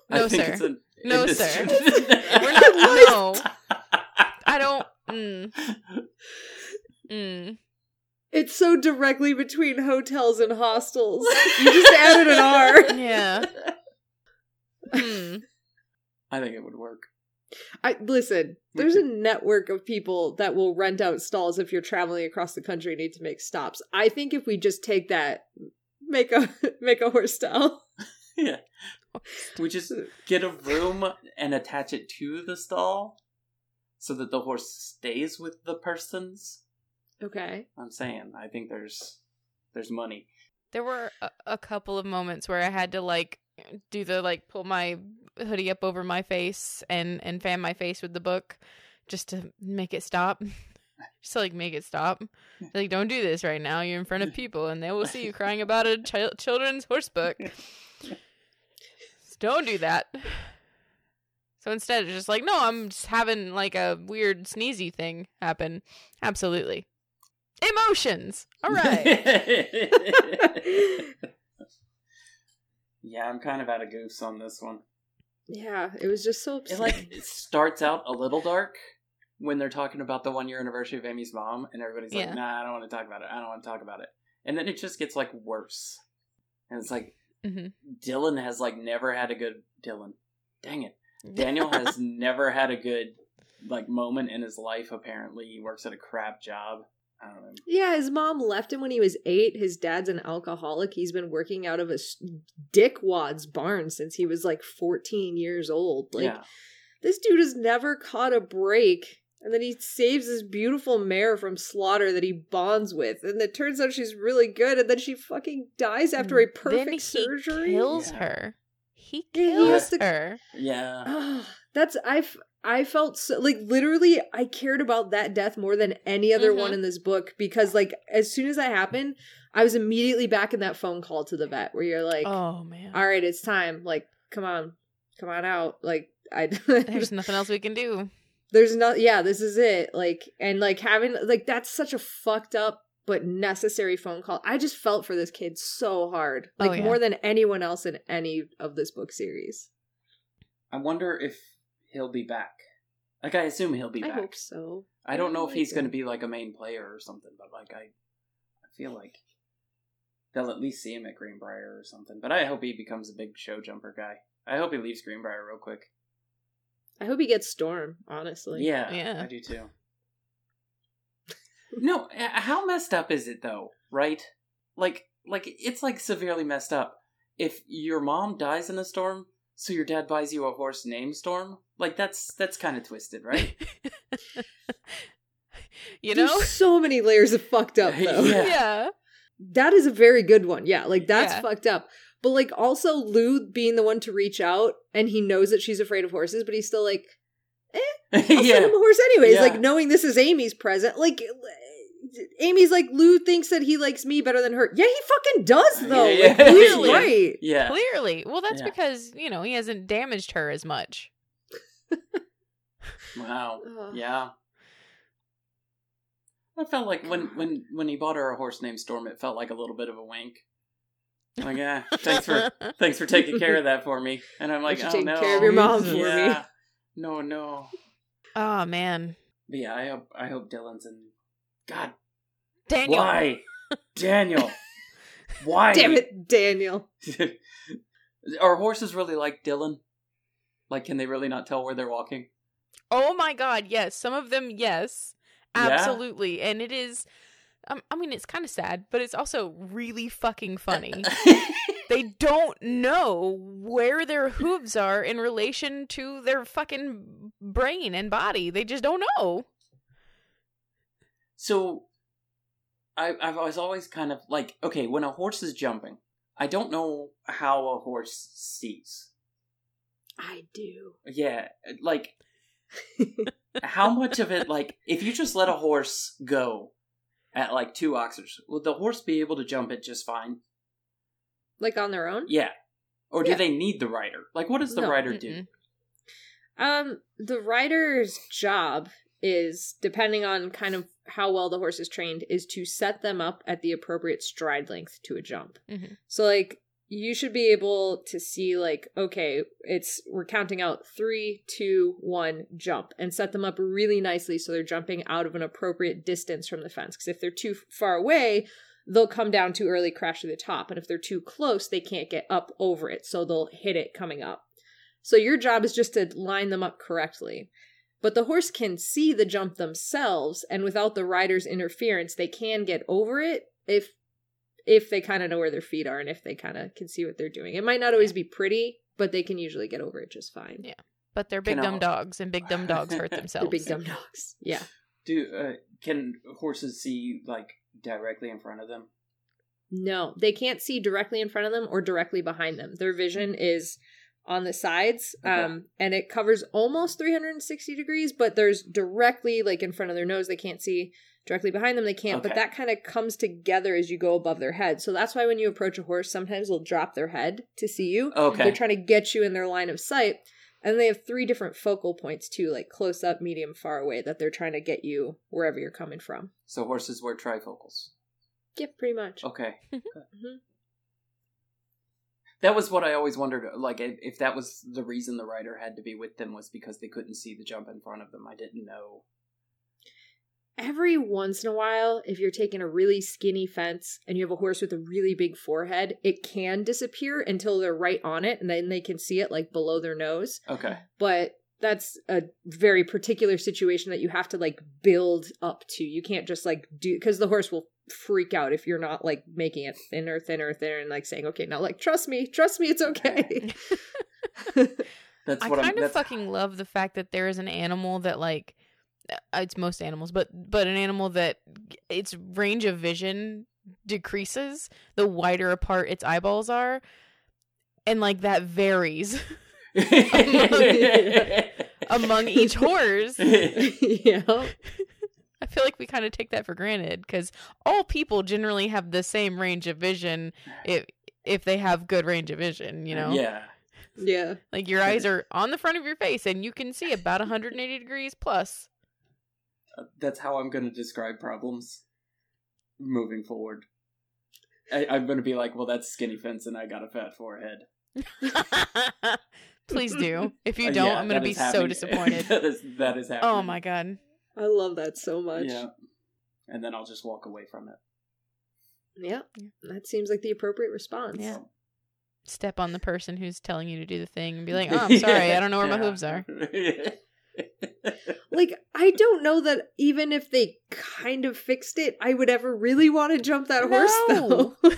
[SPEAKER 2] No,
[SPEAKER 1] I think
[SPEAKER 2] sir.
[SPEAKER 1] It's an
[SPEAKER 2] No,
[SPEAKER 1] industry.
[SPEAKER 3] <laughs>
[SPEAKER 2] sir. <laughs>
[SPEAKER 1] <laughs>
[SPEAKER 2] We're not. no, I don't. Mm,
[SPEAKER 3] <laughs>
[SPEAKER 2] mm.
[SPEAKER 3] It's so directly between hotels and hostels. You
[SPEAKER 1] <laughs>
[SPEAKER 3] just added an R. <laughs>
[SPEAKER 2] Yeah. Mm.
[SPEAKER 1] I think it would work.
[SPEAKER 3] I listen, there's a network of people that will rent out stalls if you're traveling across the country and need to make stops. I think if we just take that make a <laughs> make a horse stall.
[SPEAKER 1] We just get a room and attach it to the stall, so that the horse stays with the persons.
[SPEAKER 3] Okay.
[SPEAKER 1] I'm saying, I think there's there's money.
[SPEAKER 2] There were a, a couple of moments where I had to like do the like pull my hoodie up over my face and and fan my face with the book just to make it stop. <laughs> Just to like make it stop. Like don't do this right now. You're in front of people and they will see you crying about a child children's horse book. So don't do that. So instead it's just like no, I'm just having like a weird sneezy thing happen. Absolutely. Emotions. All right.
[SPEAKER 1] <laughs> yeah, I'm kind of out of goose on this one.
[SPEAKER 3] Yeah, it was just so
[SPEAKER 1] It
[SPEAKER 3] upsetting.
[SPEAKER 1] like <laughs> it starts out a little dark when they're talking about the one year anniversary of Amy's mom, and everybody's
[SPEAKER 2] Yeah.
[SPEAKER 1] like, "Nah, I don't want to talk about it. I don't want to talk about it." And then it just gets like worse, and it's like
[SPEAKER 2] Mhm.
[SPEAKER 1] Dylan has like never had a good Dylan. Dang it, Daniel
[SPEAKER 3] <laughs>
[SPEAKER 1] has never had a good like moment in his life. Apparently, he works at a crap job. I don't know.
[SPEAKER 3] Yeah, his mom left him when he was eight. His dad's an alcoholic. He's been working out of a s- dickwad's barn since he was like 14 years old. Like,
[SPEAKER 1] yeah,
[SPEAKER 3] this dude has never caught a break. And then he saves this beautiful mare from slaughter that he bonds with. And it turns out she's really good. And then she fucking dies after a perfect
[SPEAKER 2] Mm. then he
[SPEAKER 3] surgery.
[SPEAKER 2] kills
[SPEAKER 1] Yeah.
[SPEAKER 2] her. He
[SPEAKER 3] Yeah, he
[SPEAKER 2] kills
[SPEAKER 3] has to-
[SPEAKER 2] her.
[SPEAKER 1] yeah.
[SPEAKER 3] Oh, <sighs> that's I've I felt so like literally I cared about that death more than any other one
[SPEAKER 2] Mhm.
[SPEAKER 3] in this book because like as soon as that happened, I was immediately back in that phone call to the vet where you're like,
[SPEAKER 2] oh man,
[SPEAKER 3] "All right, it's time. Like, come on, come on out." Like, I <laughs>
[SPEAKER 2] there's nothing else we can do.
[SPEAKER 3] there's not yeah this is it like and like having like that's such a fucked up but necessary phone call i just felt for this kid so hard
[SPEAKER 2] Oh,
[SPEAKER 3] like
[SPEAKER 2] yeah.
[SPEAKER 3] more than anyone else in any of this book series
[SPEAKER 1] I wonder if he'll be back. Like I assume he'll be
[SPEAKER 3] i
[SPEAKER 1] back.
[SPEAKER 3] hope so
[SPEAKER 1] I don't know if
[SPEAKER 3] I
[SPEAKER 1] he's
[SPEAKER 3] do.
[SPEAKER 1] going to be like a main player or something, but like I, I feel like they'll at least see him at Greenbrier or something. But I hope he becomes a big show jumper guy. I hope he leaves Greenbrier real quick.
[SPEAKER 3] i hope he gets storm honestly
[SPEAKER 1] yeah,
[SPEAKER 2] Yeah.
[SPEAKER 1] I do too. <laughs> no, uh, how messed up is it though? Right? Like, like it's like severely messed up. If your mom dies in a storm, so your
[SPEAKER 3] <laughs>
[SPEAKER 1] dad buys you a horse named Storm, like that's that's kind of twisted, right?
[SPEAKER 2] You know?
[SPEAKER 3] There's so many layers of fucked
[SPEAKER 1] <laughs>
[SPEAKER 3] up though.
[SPEAKER 1] Yeah.
[SPEAKER 2] <laughs> yeah.
[SPEAKER 3] That is a very good one. Yeah, like that's
[SPEAKER 2] Yeah.
[SPEAKER 3] fucked up. But like also Lou being the one to reach out and he knows that she's afraid of horses, but he's still like, I'll send
[SPEAKER 1] <laughs> yeah.
[SPEAKER 3] him a horse anyways.
[SPEAKER 1] Yeah.
[SPEAKER 3] Like knowing this is Amy's present. Like eh, Amy's like Lou thinks that he likes me better than her. Yeah, he fucking does though.
[SPEAKER 1] Yeah,
[SPEAKER 3] Like,
[SPEAKER 1] <laughs> yeah.
[SPEAKER 3] Lou's
[SPEAKER 2] Clearly.
[SPEAKER 3] right.
[SPEAKER 1] Yeah.
[SPEAKER 2] Clearly. Well, that's
[SPEAKER 1] Yeah.
[SPEAKER 2] because, you know, he hasn't damaged her as much.
[SPEAKER 1] Wow.
[SPEAKER 3] Ugh.
[SPEAKER 1] Yeah. I felt like when when when he bought her a horse named Storm, it felt like a little bit of a wink. Like, yeah, thanks
[SPEAKER 3] <laughs>
[SPEAKER 1] for thanks for taking care of that for me. And I'm like,
[SPEAKER 3] Thanks
[SPEAKER 1] oh
[SPEAKER 3] for taking
[SPEAKER 1] no,
[SPEAKER 3] care of your mom
[SPEAKER 2] for me."
[SPEAKER 1] Yeah. No, no.
[SPEAKER 2] <laughs> oh, man.
[SPEAKER 1] But yeah, I hope I hope Dylan's in. God,
[SPEAKER 2] Daniel. <laughs>
[SPEAKER 1] why, Daniel? Why?
[SPEAKER 3] Damn it, Daniel.
[SPEAKER 1] it! <laughs> Are horses really like Dylan? Like, can they really not tell where they're
[SPEAKER 2] <laughs>
[SPEAKER 1] walking?
[SPEAKER 2] Oh, my God. Yes. Some of them, yes.
[SPEAKER 1] Yeah.
[SPEAKER 2] Absolutely. And it is. Um, I mean, it's kind of sad, but it's also really fucking funny. they don't know where their hooves are in relation to their fucking brain and body. They just don't know.
[SPEAKER 1] So, I I've always always kind of like okay when a horse is jumping, I don't know how a horse sees.
[SPEAKER 3] I do.
[SPEAKER 1] Yeah, like
[SPEAKER 3] <laughs>
[SPEAKER 1] how much of it like if you just let a horse go at like two oxers, would the horse be able to jump it just fine?
[SPEAKER 3] Like on their own?
[SPEAKER 1] Yeah. Or do
[SPEAKER 3] Yeah.
[SPEAKER 1] they need the rider? Like, what does the
[SPEAKER 3] No,
[SPEAKER 1] rider do?
[SPEAKER 2] Mm-mm.
[SPEAKER 3] Um, the rider's job is, depending on kind of how well the horse is trained, is to set them up at the appropriate stride length to a jump.
[SPEAKER 2] Mhm.
[SPEAKER 3] So, like, you should be able to see, like, okay, it's we're counting out three, two, one, jump, and set them up really nicely so they're jumping out of an appropriate distance from the fence. Because if they're too far away, they'll come down too early, crash to the top, and if they're too close, they can't get up over it, so they'll hit it coming up. So your job is just to line them up correctly. But the horse can see the jump themselves and without the rider's interference they can get over it if if they kind of know where their feet are and if they kind of can see what they're doing. It might not always be pretty, but they can usually get over it just fine.
[SPEAKER 2] Yeah. But they're big
[SPEAKER 1] Can
[SPEAKER 2] dumb
[SPEAKER 1] I-
[SPEAKER 2] dogs, and big dumb dogs hurt
[SPEAKER 1] <laughs> They're
[SPEAKER 3] They're
[SPEAKER 2] themselves.
[SPEAKER 3] big dumb dogs. Yeah.
[SPEAKER 1] Do uh, can horses see like directly in front of them?
[SPEAKER 3] No, they can't see directly in front of them or directly behind them. Their vision is on the sides
[SPEAKER 1] Okay.
[SPEAKER 3] um and it covers almost 360 degrees but there's directly like in front of their nose they can't see directly behind them they can't but
[SPEAKER 1] Okay.
[SPEAKER 3] that kind of comes together as you go above their head so that's why when you approach a horse sometimes they'll drop their head to see you
[SPEAKER 1] Oh, Okay.
[SPEAKER 3] they're trying to get you in their line of sight and they have three different focal points too like close up medium far away that they're trying to get you wherever you're coming from
[SPEAKER 1] so horses wear trifocals.
[SPEAKER 3] yeah pretty much
[SPEAKER 1] Okay.
[SPEAKER 3] Mhm.
[SPEAKER 1] That was what I always wondered. Like, if if that was the reason the rider had to be with them was because they couldn't see the jump in front of them. I didn't know.
[SPEAKER 3] every once in a while, if you're taking a really skinny fence and you have a horse with a really big forehead, it can disappear until they're right on it and then they can see it like below their nose.
[SPEAKER 1] Okay.
[SPEAKER 3] But that's a very particular situation that you have to like build up to. You can't just like do because the horse will freak out if you're not like making it thinner, thinner, thinner, and like saying, okay, now like trust me, trust me, it's okay. <laughs>
[SPEAKER 1] That's
[SPEAKER 2] I
[SPEAKER 1] what
[SPEAKER 2] kind
[SPEAKER 1] I'm. <laughs>
[SPEAKER 2] of
[SPEAKER 1] That's,
[SPEAKER 2] fucking love the fact that there is an animal that like uh, it's most animals, but but an animal that its range of vision decreases the wider apart its eyeballs are. And like that
[SPEAKER 1] <laughs>
[SPEAKER 2] varies among each
[SPEAKER 1] <laughs>
[SPEAKER 2] horse.
[SPEAKER 3] yeah.
[SPEAKER 2] I feel like we kind of take that for granted because all people generally have the same range of vision if if they have good range of vision, you know?
[SPEAKER 1] Yeah.
[SPEAKER 3] Yeah.
[SPEAKER 2] Like your eyes are on the front of your face and you can see about 180
[SPEAKER 1] <laughs>
[SPEAKER 2] degrees plus.
[SPEAKER 1] Uh, that's how I'm going to describe problems moving forward. I, I'm going to be like, well, that's skinny fence, and I got a fat forehead.
[SPEAKER 2] Please do. If you
[SPEAKER 1] Uh,
[SPEAKER 2] don't,
[SPEAKER 1] yeah,
[SPEAKER 2] I'm
[SPEAKER 1] that
[SPEAKER 2] going to be
[SPEAKER 1] is
[SPEAKER 2] so
[SPEAKER 1] happening. <laughs>
[SPEAKER 2] disappointed.
[SPEAKER 1] that is that is happening.
[SPEAKER 2] oh my god.
[SPEAKER 3] I love that so much.
[SPEAKER 1] Yeah, and then I'll just walk away from it.
[SPEAKER 3] Yeah. That seems like the appropriate response.
[SPEAKER 2] Yeah. Step on the person who's telling you to do the thing and be like, "Oh,
[SPEAKER 1] <laughs>
[SPEAKER 2] I'm sorry. I don't know where my
[SPEAKER 1] Yeah. <laughs>
[SPEAKER 2] hooves are."
[SPEAKER 3] Like, I don't know that even if they kind of fixed it, I would ever really want to jump that horse,
[SPEAKER 2] No.
[SPEAKER 3] though.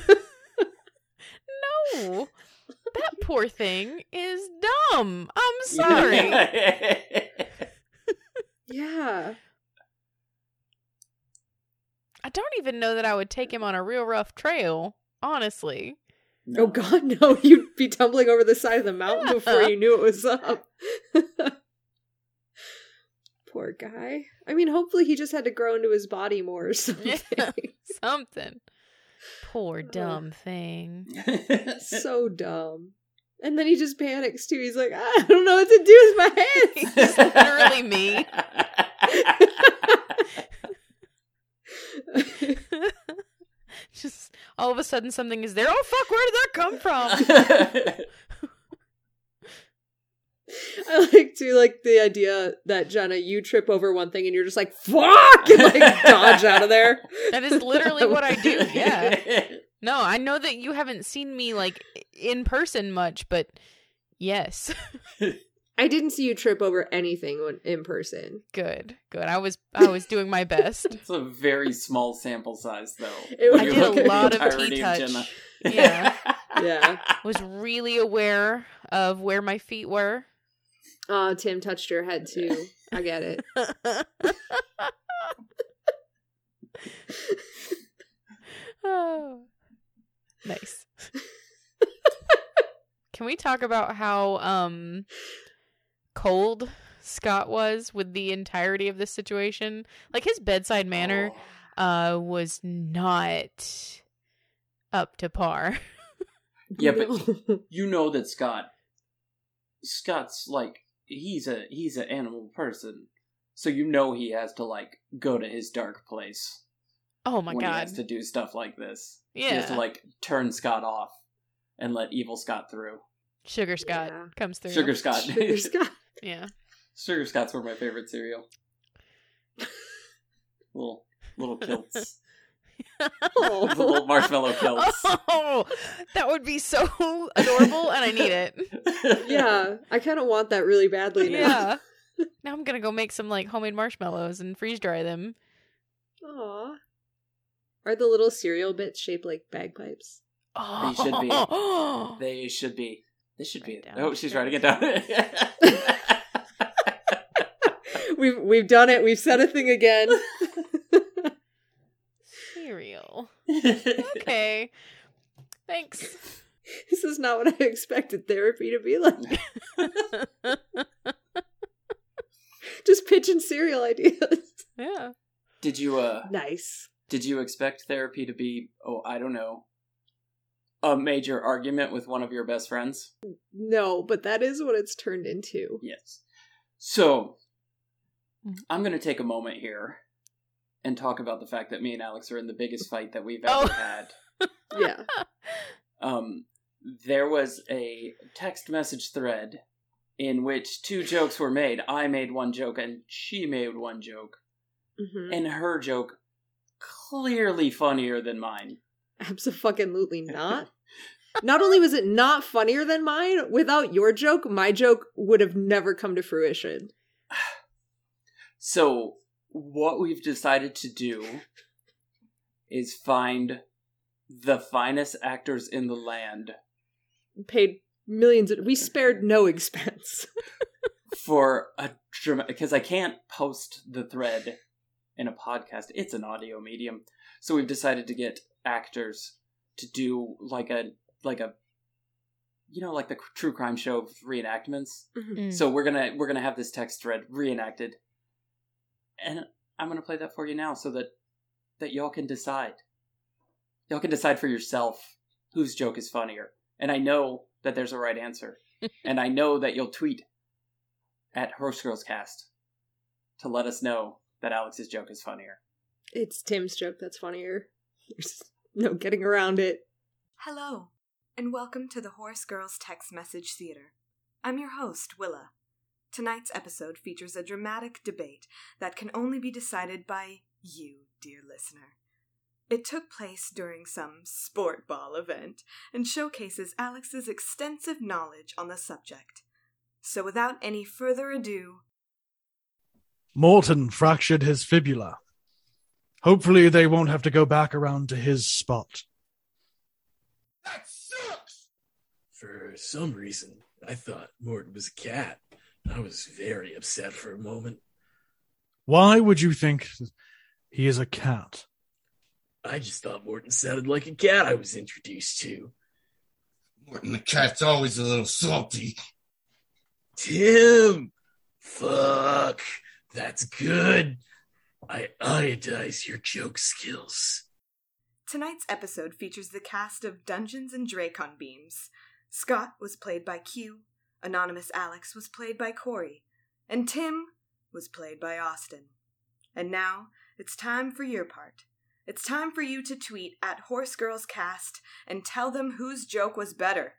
[SPEAKER 2] No. That poor thing is dumb.
[SPEAKER 1] <laughs>
[SPEAKER 2] I'm sorry.
[SPEAKER 3] yeah.
[SPEAKER 2] don't even know that I would take him on a real rough trail, honestly.
[SPEAKER 1] No.
[SPEAKER 3] Oh god, <laughs> no, you'd be tumbling over the side of the mountain before you knew it was up. <laughs> Poor guy. I mean, hopefully he just had to grow into his body more or <laughs> something.
[SPEAKER 2] Something. Poor
[SPEAKER 3] Oh.
[SPEAKER 2] dumb thing.
[SPEAKER 1] <laughs>
[SPEAKER 3] so dumb. And then he just panics too. He's like, "Ah, I don't know what to do with my
[SPEAKER 1] <laughs>
[SPEAKER 3] hands.
[SPEAKER 2] It's literally me. <laughs> Just all of a sudden something is there. Oh fuck, where did that come from?
[SPEAKER 3] <laughs> I like to like the idea that Jenna, you trip over one thing and you're just like, fuck, and like dodge out of there.
[SPEAKER 2] That is literally what I
[SPEAKER 1] <laughs>
[SPEAKER 2] do. Yeah. No, I know that you haven't seen me like in person much, but yes. <laughs>
[SPEAKER 3] I didn't see you trip over anything when, in person.
[SPEAKER 2] Good. Good. I was I was doing
[SPEAKER 1] <laughs>
[SPEAKER 2] my best.
[SPEAKER 1] It's a very small sample size, though.
[SPEAKER 3] It was-
[SPEAKER 2] I
[SPEAKER 3] You
[SPEAKER 2] did
[SPEAKER 3] look at
[SPEAKER 2] a
[SPEAKER 3] the
[SPEAKER 2] lot of
[SPEAKER 1] entirety
[SPEAKER 2] tea
[SPEAKER 1] Jenna.
[SPEAKER 2] touch.
[SPEAKER 1] <laughs>
[SPEAKER 2] Yeah.
[SPEAKER 3] <laughs> Yeah.
[SPEAKER 2] Was really aware of where my feet were.
[SPEAKER 3] Oh, Tim touched your head too. I get it.
[SPEAKER 2] oh. Nice. Can we talk about how um cold Scott was with the entirety of this situation? Like his bedside manner
[SPEAKER 1] Oh.
[SPEAKER 2] uh was not up to par.
[SPEAKER 3] <laughs>
[SPEAKER 1] Yeah, but- You know that Scott, Scott's like he's a he's an animal person, so you know he has to like go to his dark place
[SPEAKER 2] Oh my
[SPEAKER 1] when he
[SPEAKER 2] god.
[SPEAKER 1] has to do stuff like this.
[SPEAKER 2] yeah.
[SPEAKER 1] He has to like turn Scott off and let evil Scott through.
[SPEAKER 2] Sugar Scott
[SPEAKER 3] Yeah.
[SPEAKER 2] comes through.
[SPEAKER 1] Sugar Scott. <laughs>
[SPEAKER 3] Sugar Scott.
[SPEAKER 2] Yeah.
[SPEAKER 1] Sugar Scott's were my favorite cereal. little little kilts,
[SPEAKER 3] Oh.
[SPEAKER 1] The little
[SPEAKER 2] <laughs>
[SPEAKER 1] marshmallow kilts.
[SPEAKER 2] Oh, that would be so adorable and I need it.
[SPEAKER 1] <laughs>
[SPEAKER 3] Yeah, I kind of want that really badly now.
[SPEAKER 2] Yeah. Now I'm gonna go make some like homemade marshmallows and freeze dry them.
[SPEAKER 3] Aw. Are the little cereal bits shaped like bagpipes?
[SPEAKER 2] Oh,
[SPEAKER 1] should be.
[SPEAKER 2] <laughs>
[SPEAKER 1] They should be. They should be.
[SPEAKER 2] Right
[SPEAKER 1] Oh, she's
[SPEAKER 2] down.
[SPEAKER 1] writing it down.
[SPEAKER 3] We've we've done it. We've said a thing again.
[SPEAKER 2] cereal. Okay, thanks.
[SPEAKER 3] this is not what I expected therapy to be like. Just pitching cereal ideas.
[SPEAKER 2] Yeah.
[SPEAKER 1] <laughs> Did you uh
[SPEAKER 3] Nice.
[SPEAKER 1] did you expect therapy to be oh, I don't know, a major argument with one of your best friends?
[SPEAKER 3] No, but that is what it's turned into.
[SPEAKER 1] Yes. So,
[SPEAKER 2] Mhm.
[SPEAKER 1] I'm going to take a moment here and talk about the fact that me and Alex are in the biggest fight that we've
[SPEAKER 2] Oh.
[SPEAKER 1] ever had.
[SPEAKER 3] Yeah.
[SPEAKER 1] Um, there was a text message thread in which two jokes were made. I made one joke and she made one joke,
[SPEAKER 3] Mm-hmm.
[SPEAKER 1] and her joke clearly funnier than mine.
[SPEAKER 3] Absolutely not. Not only was it not funnier than mine, without your joke, my joke would have never come to fruition.
[SPEAKER 1] So, what we've decided to do is find the finest actors in the land
[SPEAKER 3] Paid millions. Of, we spared no expense.
[SPEAKER 1] for a dramatic because I can't post the thread in a podcast. It's an audio medium, so we've decided to get actors to do like a like a you know like the true crime show of reenactments.
[SPEAKER 2] Mm.
[SPEAKER 1] So we're gonna we're gonna have this text thread reenacted, and I'm gonna play that for you now so that that y'all can decide. Y'all can decide for yourself whose joke is funnier. And I know that there's a right
[SPEAKER 2] <laughs>
[SPEAKER 1] answer, and I know that you'll tweet at Horse Girls Cast to let us know that Alex's joke is funnier.
[SPEAKER 3] It's Tim's joke that's funnier. There's no getting around it.
[SPEAKER 4] Hello, and welcome to the Horse Girls Text Message Theater. I'm your host, Willa. Tonight's episode features a dramatic debate that can only be decided by you, dear listener. It took place during some sport ball event and showcases Alex's extensive knowledge on the subject. So, without any further ado,
[SPEAKER 5] Morton fractured his fibula. Hopefully, they won't have to go back around to his spot.
[SPEAKER 6] For some reason, I thought Mort was a cat. I was very upset for a moment.
[SPEAKER 5] Why would you think he is a cat?
[SPEAKER 6] I just thought Morton sounded like a cat I was introduced to.
[SPEAKER 7] Morton the cat's always a little salty.
[SPEAKER 6] Tim! Fuck. That's good. I iodize your joke skills.
[SPEAKER 4] Tonight's episode features the cast of Dungeons and Dracon Beams. Scott was played by Q, Anonymous Alex was played by Corey, and Tim was played by Austin. And now it's time for your part. It's time for you to tweet at Horse Girls Cast and tell them whose joke was better.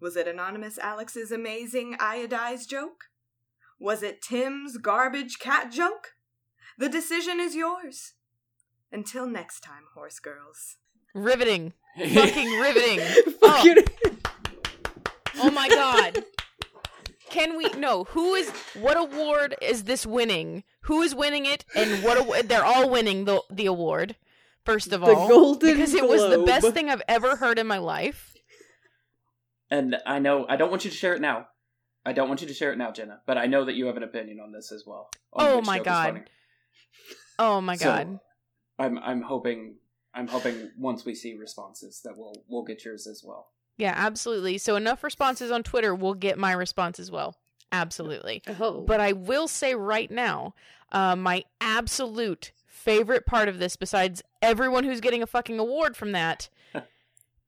[SPEAKER 4] Was it Anonymous Alex's amazing iodized joke? Was it Tim's garbage cat joke? The decision is yours. Until next time, horse girls.
[SPEAKER 1] <laughs>
[SPEAKER 2] Riveting. Fucking riveting.
[SPEAKER 3] <laughs> Fuck you.
[SPEAKER 2] Oh my god. Can we no, who is what award is this winning? Who is winning it and what awa- they're all winning the the award. First of
[SPEAKER 3] The
[SPEAKER 2] all,
[SPEAKER 3] Golden
[SPEAKER 2] because it was the
[SPEAKER 3] Globe.
[SPEAKER 2] best thing I've ever heard in my life.
[SPEAKER 1] And I know I don't want you to share it now. I don't want you to share it now, Jenna. But I know that you have an opinion on this as well. on
[SPEAKER 2] Oh
[SPEAKER 1] which
[SPEAKER 2] my
[SPEAKER 1] joke is
[SPEAKER 2] God.
[SPEAKER 1] funnier.
[SPEAKER 2] Oh my
[SPEAKER 1] So-
[SPEAKER 2] god.
[SPEAKER 1] I'm I'm hoping I'm hoping once we see responses that we'll we'll get yours as well.
[SPEAKER 2] Yeah, absolutely. So enough responses on Twitter will get my response as well. Absolutely.
[SPEAKER 3] Oh. <laughs>
[SPEAKER 2] But I will say right now, uh, my absolute favorite part of this, besides everyone who's getting a fucking award from
[SPEAKER 1] <laughs>
[SPEAKER 2] that,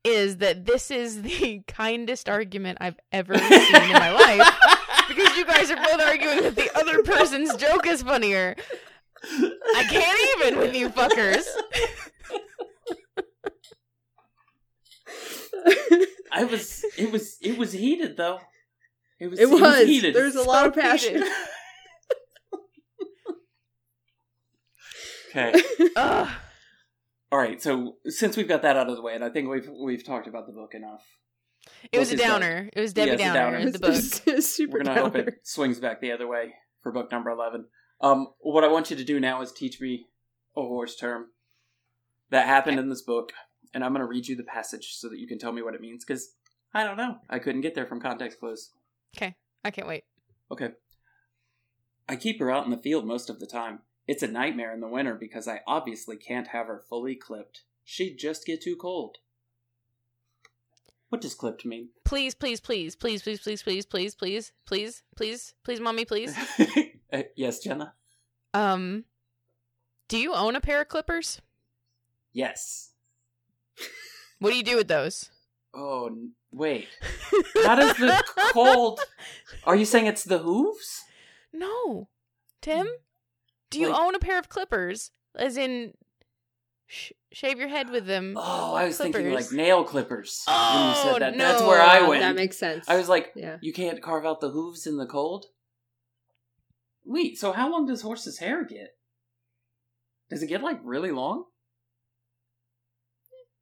[SPEAKER 2] is that this is the kindest argument I've ever seen in
[SPEAKER 1] <laughs>
[SPEAKER 2] my life. Because you guys are both arguing that the other person's joke is funnier. I can't even with you fuckers.
[SPEAKER 1] I was it was it was heated though. It was
[SPEAKER 3] it was.
[SPEAKER 1] heated.
[SPEAKER 3] There's a lot of
[SPEAKER 2] So
[SPEAKER 3] passion.
[SPEAKER 1] okay.
[SPEAKER 3] <laughs>
[SPEAKER 2] Ugh.
[SPEAKER 1] All right. So since we've got that out of the way, and I think we've we've talked about the book enough,
[SPEAKER 2] It was a
[SPEAKER 1] Book is done.
[SPEAKER 2] downer. It was Debbie
[SPEAKER 1] Yeah, it's a
[SPEAKER 2] Downer
[SPEAKER 1] downer.
[SPEAKER 2] in
[SPEAKER 3] <laughs>
[SPEAKER 2] the
[SPEAKER 1] <laughs>
[SPEAKER 2] book.
[SPEAKER 3] Super
[SPEAKER 1] we're gonna hope
[SPEAKER 3] downer.
[SPEAKER 1] it swings back the other way for book number eleven. Um, what I want you to do now is teach me a horse term that happened in this book, and I'm gonna read you the passage so that you can tell me what it means because I don't know. I couldn't get there from context clues.
[SPEAKER 2] I can't wait.
[SPEAKER 1] Okay. I keep her out in the field most of the time. It's a nightmare in the winter because I obviously can't have her fully clipped. She'd just get too cold. What does clipped mean?
[SPEAKER 2] Please, please, please, please, please, please, please, please, please, please, please, please, mommy,
[SPEAKER 1] <laughs>
[SPEAKER 2] please.
[SPEAKER 1] Uh, yes, Jenna?
[SPEAKER 2] Um, do you own a pair of clippers?
[SPEAKER 1] Yes.
[SPEAKER 2] What do you do with those?
[SPEAKER 1] Oh, n-
[SPEAKER 2] <laughs>
[SPEAKER 1] wait. That is the cold. Are you saying it's the hooves?
[SPEAKER 2] No, Tim. Do you
[SPEAKER 1] Like-
[SPEAKER 2] own a pair of clippers? As in, sh- shave your head with them.
[SPEAKER 1] Oh, I was thinking
[SPEAKER 2] Clippers.
[SPEAKER 1] like nail clippers.
[SPEAKER 2] Oh,
[SPEAKER 1] That's where I
[SPEAKER 2] no,
[SPEAKER 1] went.
[SPEAKER 3] That makes sense.
[SPEAKER 1] I was like,
[SPEAKER 3] yeah.
[SPEAKER 1] You can't carve out the hooves in the cold? Wait, so how long does horse's hair get? Does it get like really long?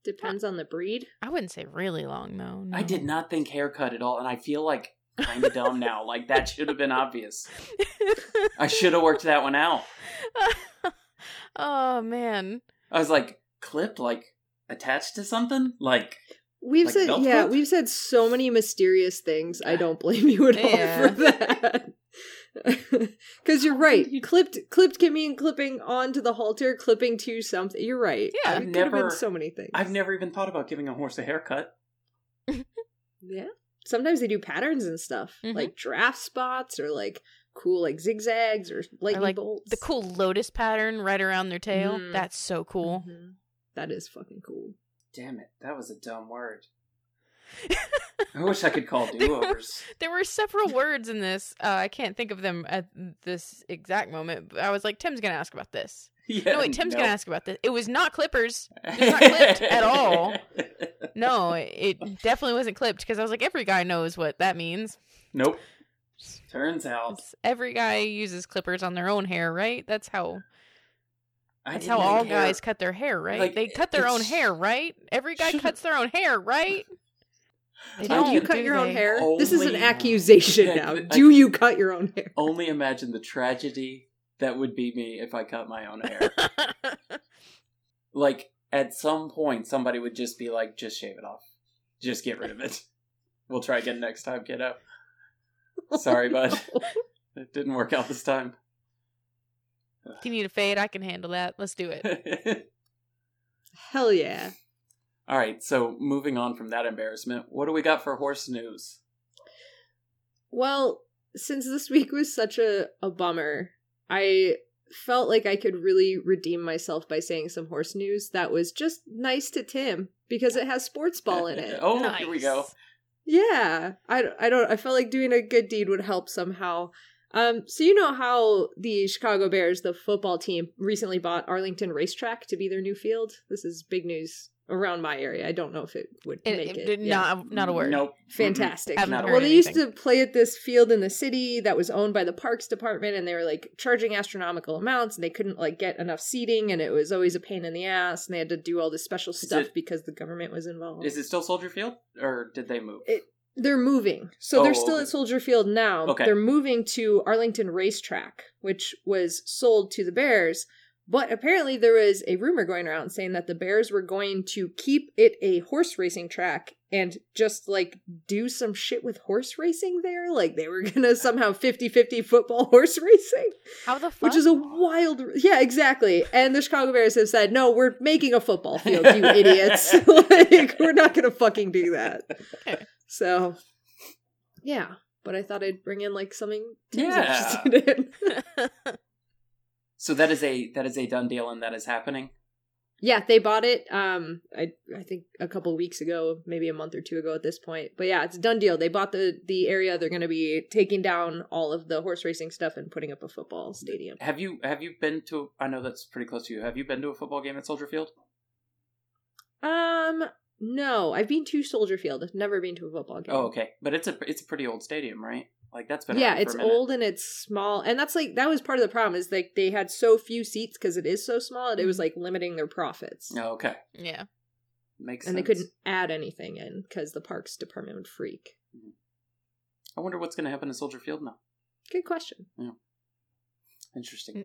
[SPEAKER 3] Depends on the breed.
[SPEAKER 2] I wouldn't say really long though. No.
[SPEAKER 1] I did not think haircut at all, and I feel like kind of dumb now. Like that should have been obvious. I should have worked that one out.
[SPEAKER 2] <laughs> oh man.
[SPEAKER 1] I was like, clipped, like attached to something? Like,
[SPEAKER 3] We've
[SPEAKER 1] Like
[SPEAKER 3] said
[SPEAKER 1] belt
[SPEAKER 3] yeah,
[SPEAKER 1] clip?
[SPEAKER 3] we've said so many mysterious things. I don't blame you at all
[SPEAKER 2] Yeah.
[SPEAKER 3] for that. <laughs> Cuz you're right.
[SPEAKER 1] you-
[SPEAKER 3] Clipped clipped can mean clipping onto the halter, clipping to something. You're right.
[SPEAKER 2] Yeah.
[SPEAKER 3] it
[SPEAKER 1] I've
[SPEAKER 3] could have been
[SPEAKER 1] never-
[SPEAKER 3] so many things.
[SPEAKER 1] I've never even thought about giving a horse a haircut.
[SPEAKER 3] Yeah. Sometimes they do patterns and stuff,
[SPEAKER 2] Mhm.
[SPEAKER 3] like draft spots or like cool like zigzags or lightning
[SPEAKER 2] like
[SPEAKER 3] bolts.
[SPEAKER 2] The cool lotus pattern right around their tail.
[SPEAKER 3] Mm.
[SPEAKER 2] That's so cool.
[SPEAKER 3] Mhm. That is fucking cool.
[SPEAKER 1] Damn it, that was a dumb word. I wish I could
[SPEAKER 2] <laughs>
[SPEAKER 1] call do overs.
[SPEAKER 2] There were several words in this. Uh, I can't think of them at this exact moment. But I was like, Tim's gonna ask about this.
[SPEAKER 1] <laughs> Yeah,
[SPEAKER 2] No, wait, Tim's
[SPEAKER 1] no.
[SPEAKER 2] gonna ask about this. It was not clippers. They're not clipped at all. No, it definitely wasn't clipped because I was like, every guy knows what that means.
[SPEAKER 1] <laughs> Nope. Turns out
[SPEAKER 2] It's- every guy uses clippers on their own hair, right? That's how.
[SPEAKER 1] I
[SPEAKER 2] That's
[SPEAKER 1] didn't
[SPEAKER 2] how
[SPEAKER 1] know
[SPEAKER 2] all
[SPEAKER 1] hair-
[SPEAKER 2] guys cut their hair, right?
[SPEAKER 1] Like,
[SPEAKER 2] they cut their own
[SPEAKER 1] it's-
[SPEAKER 2] hair, right? Every
[SPEAKER 3] <laughs>
[SPEAKER 2] guy
[SPEAKER 1] Shouldn't-
[SPEAKER 2] cuts their own hair, right? They
[SPEAKER 3] Do you
[SPEAKER 2] don't,
[SPEAKER 3] cut
[SPEAKER 2] do
[SPEAKER 3] your own
[SPEAKER 2] they? <laughs>
[SPEAKER 3] hair? <laughs> This is an
[SPEAKER 1] Only-
[SPEAKER 3] accusation
[SPEAKER 1] Yeah,
[SPEAKER 3] now.
[SPEAKER 1] I-
[SPEAKER 3] Do you cut your own hair?
[SPEAKER 1] Only imagine the tragedy that would be me if I cut my own
[SPEAKER 2] <laughs>
[SPEAKER 1] hair. like at some point, somebody would just be like, "Just shave it off. Just get rid of it. <laughs> We'll try again next time, kiddo."
[SPEAKER 3] <laughs>
[SPEAKER 1] Sorry, bud. It didn't work out this time. <laughs>
[SPEAKER 2] If you need a fade, I can handle that. Let's do it.
[SPEAKER 1] All
[SPEAKER 3] Hell yeah.
[SPEAKER 1] All right, so moving on from that embarrassment, what do we got for horse news?
[SPEAKER 3] Well, since this week was such a, a bummer, I felt like I could really redeem myself by saying some horse news that was just nice to Tim because it has sports ball
[SPEAKER 1] <laughs>
[SPEAKER 3] in it.
[SPEAKER 1] oh, here we go.
[SPEAKER 2] Nice.
[SPEAKER 3] Yeah, I, I don't I felt like doing a good deed would help somehow. Um, so you know how the Chicago Bears, the football team, recently bought Arlington Racetrack to be their new field. This is big news around my area. I don't know if it would
[SPEAKER 2] It,
[SPEAKER 3] make
[SPEAKER 2] it
[SPEAKER 3] it.
[SPEAKER 2] did
[SPEAKER 3] yeah.
[SPEAKER 2] not not a word.
[SPEAKER 1] Nope.
[SPEAKER 3] Fantastic.
[SPEAKER 1] Haven't Not a
[SPEAKER 3] well,
[SPEAKER 1] heard
[SPEAKER 3] they used to play at this field in the city that was owned by the parks department, and they were like charging astronomical amounts, and they couldn't like get enough seating, and it was always a pain in the ass, and they had to do all this special stuff
[SPEAKER 1] it-
[SPEAKER 3] because the government was involved.
[SPEAKER 1] Is it still Soldier Field, or did they move?
[SPEAKER 3] It- they're moving, so
[SPEAKER 1] Oh,
[SPEAKER 3] they're still
[SPEAKER 1] okay.
[SPEAKER 3] at Soldier Field now.
[SPEAKER 1] Okay.
[SPEAKER 3] They're moving to Arlington Racetrack, which was sold to the Bears. But apparently, there was a rumor going around saying that the Bears were going to keep it a horse racing track and just like do some shit with horse racing there. Like they were <laughs> going to somehow 50 50 football horse racing,
[SPEAKER 2] How the fuck?
[SPEAKER 3] which is a wild. Yeah, exactly. And the Chicago Bears have said, no, we're making a football field, you idiots. <laughs> like, we're not going to fucking do that. So, yeah. But I thought I'd bring in like something Tim's
[SPEAKER 1] Yeah.
[SPEAKER 3] interested in.
[SPEAKER 1] So that is a that is a done deal, and that is happening.
[SPEAKER 3] <laughs> Yeah, they bought it. Um, I I think a couple weeks ago, maybe a month or two ago at this point. But yeah, it's a done deal. They bought the the area. They're going to be taking down all of the horse racing stuff and putting up a football stadium.
[SPEAKER 1] Have you have you been to? I know that's pretty close to you. Have you been to a football game at Soldier Field?
[SPEAKER 3] Um, no, I've been to Soldier Field. I've never been to a football game.
[SPEAKER 1] Oh, okay, but it's a it's a pretty old stadium, right? Like that's been
[SPEAKER 3] yeah,
[SPEAKER 1] around for
[SPEAKER 3] it's
[SPEAKER 1] a minute.
[SPEAKER 3] old and it's small, and that's like that was part of the problem is like they had so few seats because it is so small. and It
[SPEAKER 1] Mm-hmm.
[SPEAKER 3] was like limiting their profits.
[SPEAKER 1] Oh, okay,
[SPEAKER 2] yeah.
[SPEAKER 1] makes
[SPEAKER 3] and they
[SPEAKER 1] sense.
[SPEAKER 3] couldn't add anything in because the parks department would freak.
[SPEAKER 1] I wonder what's going to happen to Soldier Field now.
[SPEAKER 3] Good question. Mm.
[SPEAKER 1] Interesting.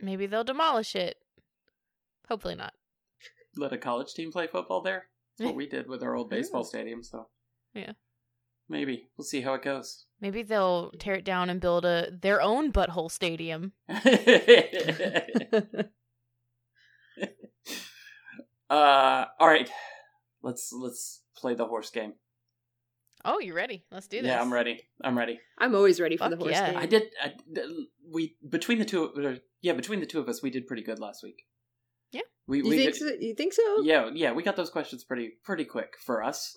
[SPEAKER 2] Maybe they'll demolish it. Hopefully not.
[SPEAKER 1] Let a college team play football there. That's what we did with our old baseball stadium. So
[SPEAKER 2] Yeah.
[SPEAKER 1] maybe we'll see how it goes. <laughs>
[SPEAKER 2] Maybe they'll tear it down and build a their own butthole stadium.
[SPEAKER 1] uh, all right, let's let's play the horse game.
[SPEAKER 2] Oh, you ready? Let's do this.
[SPEAKER 1] Yeah, I'm ready. I'm ready.
[SPEAKER 3] I'm always ready for
[SPEAKER 2] Fuck
[SPEAKER 3] the horse
[SPEAKER 2] yeah.
[SPEAKER 3] game.
[SPEAKER 1] I did. I, th- we between the two. Of, yeah, between the two of us, we did pretty good last week.
[SPEAKER 2] Yeah.
[SPEAKER 1] we
[SPEAKER 3] you
[SPEAKER 1] we
[SPEAKER 3] think
[SPEAKER 1] did-
[SPEAKER 3] so? You think so?
[SPEAKER 1] yeah yeah we got those questions pretty pretty quick for us.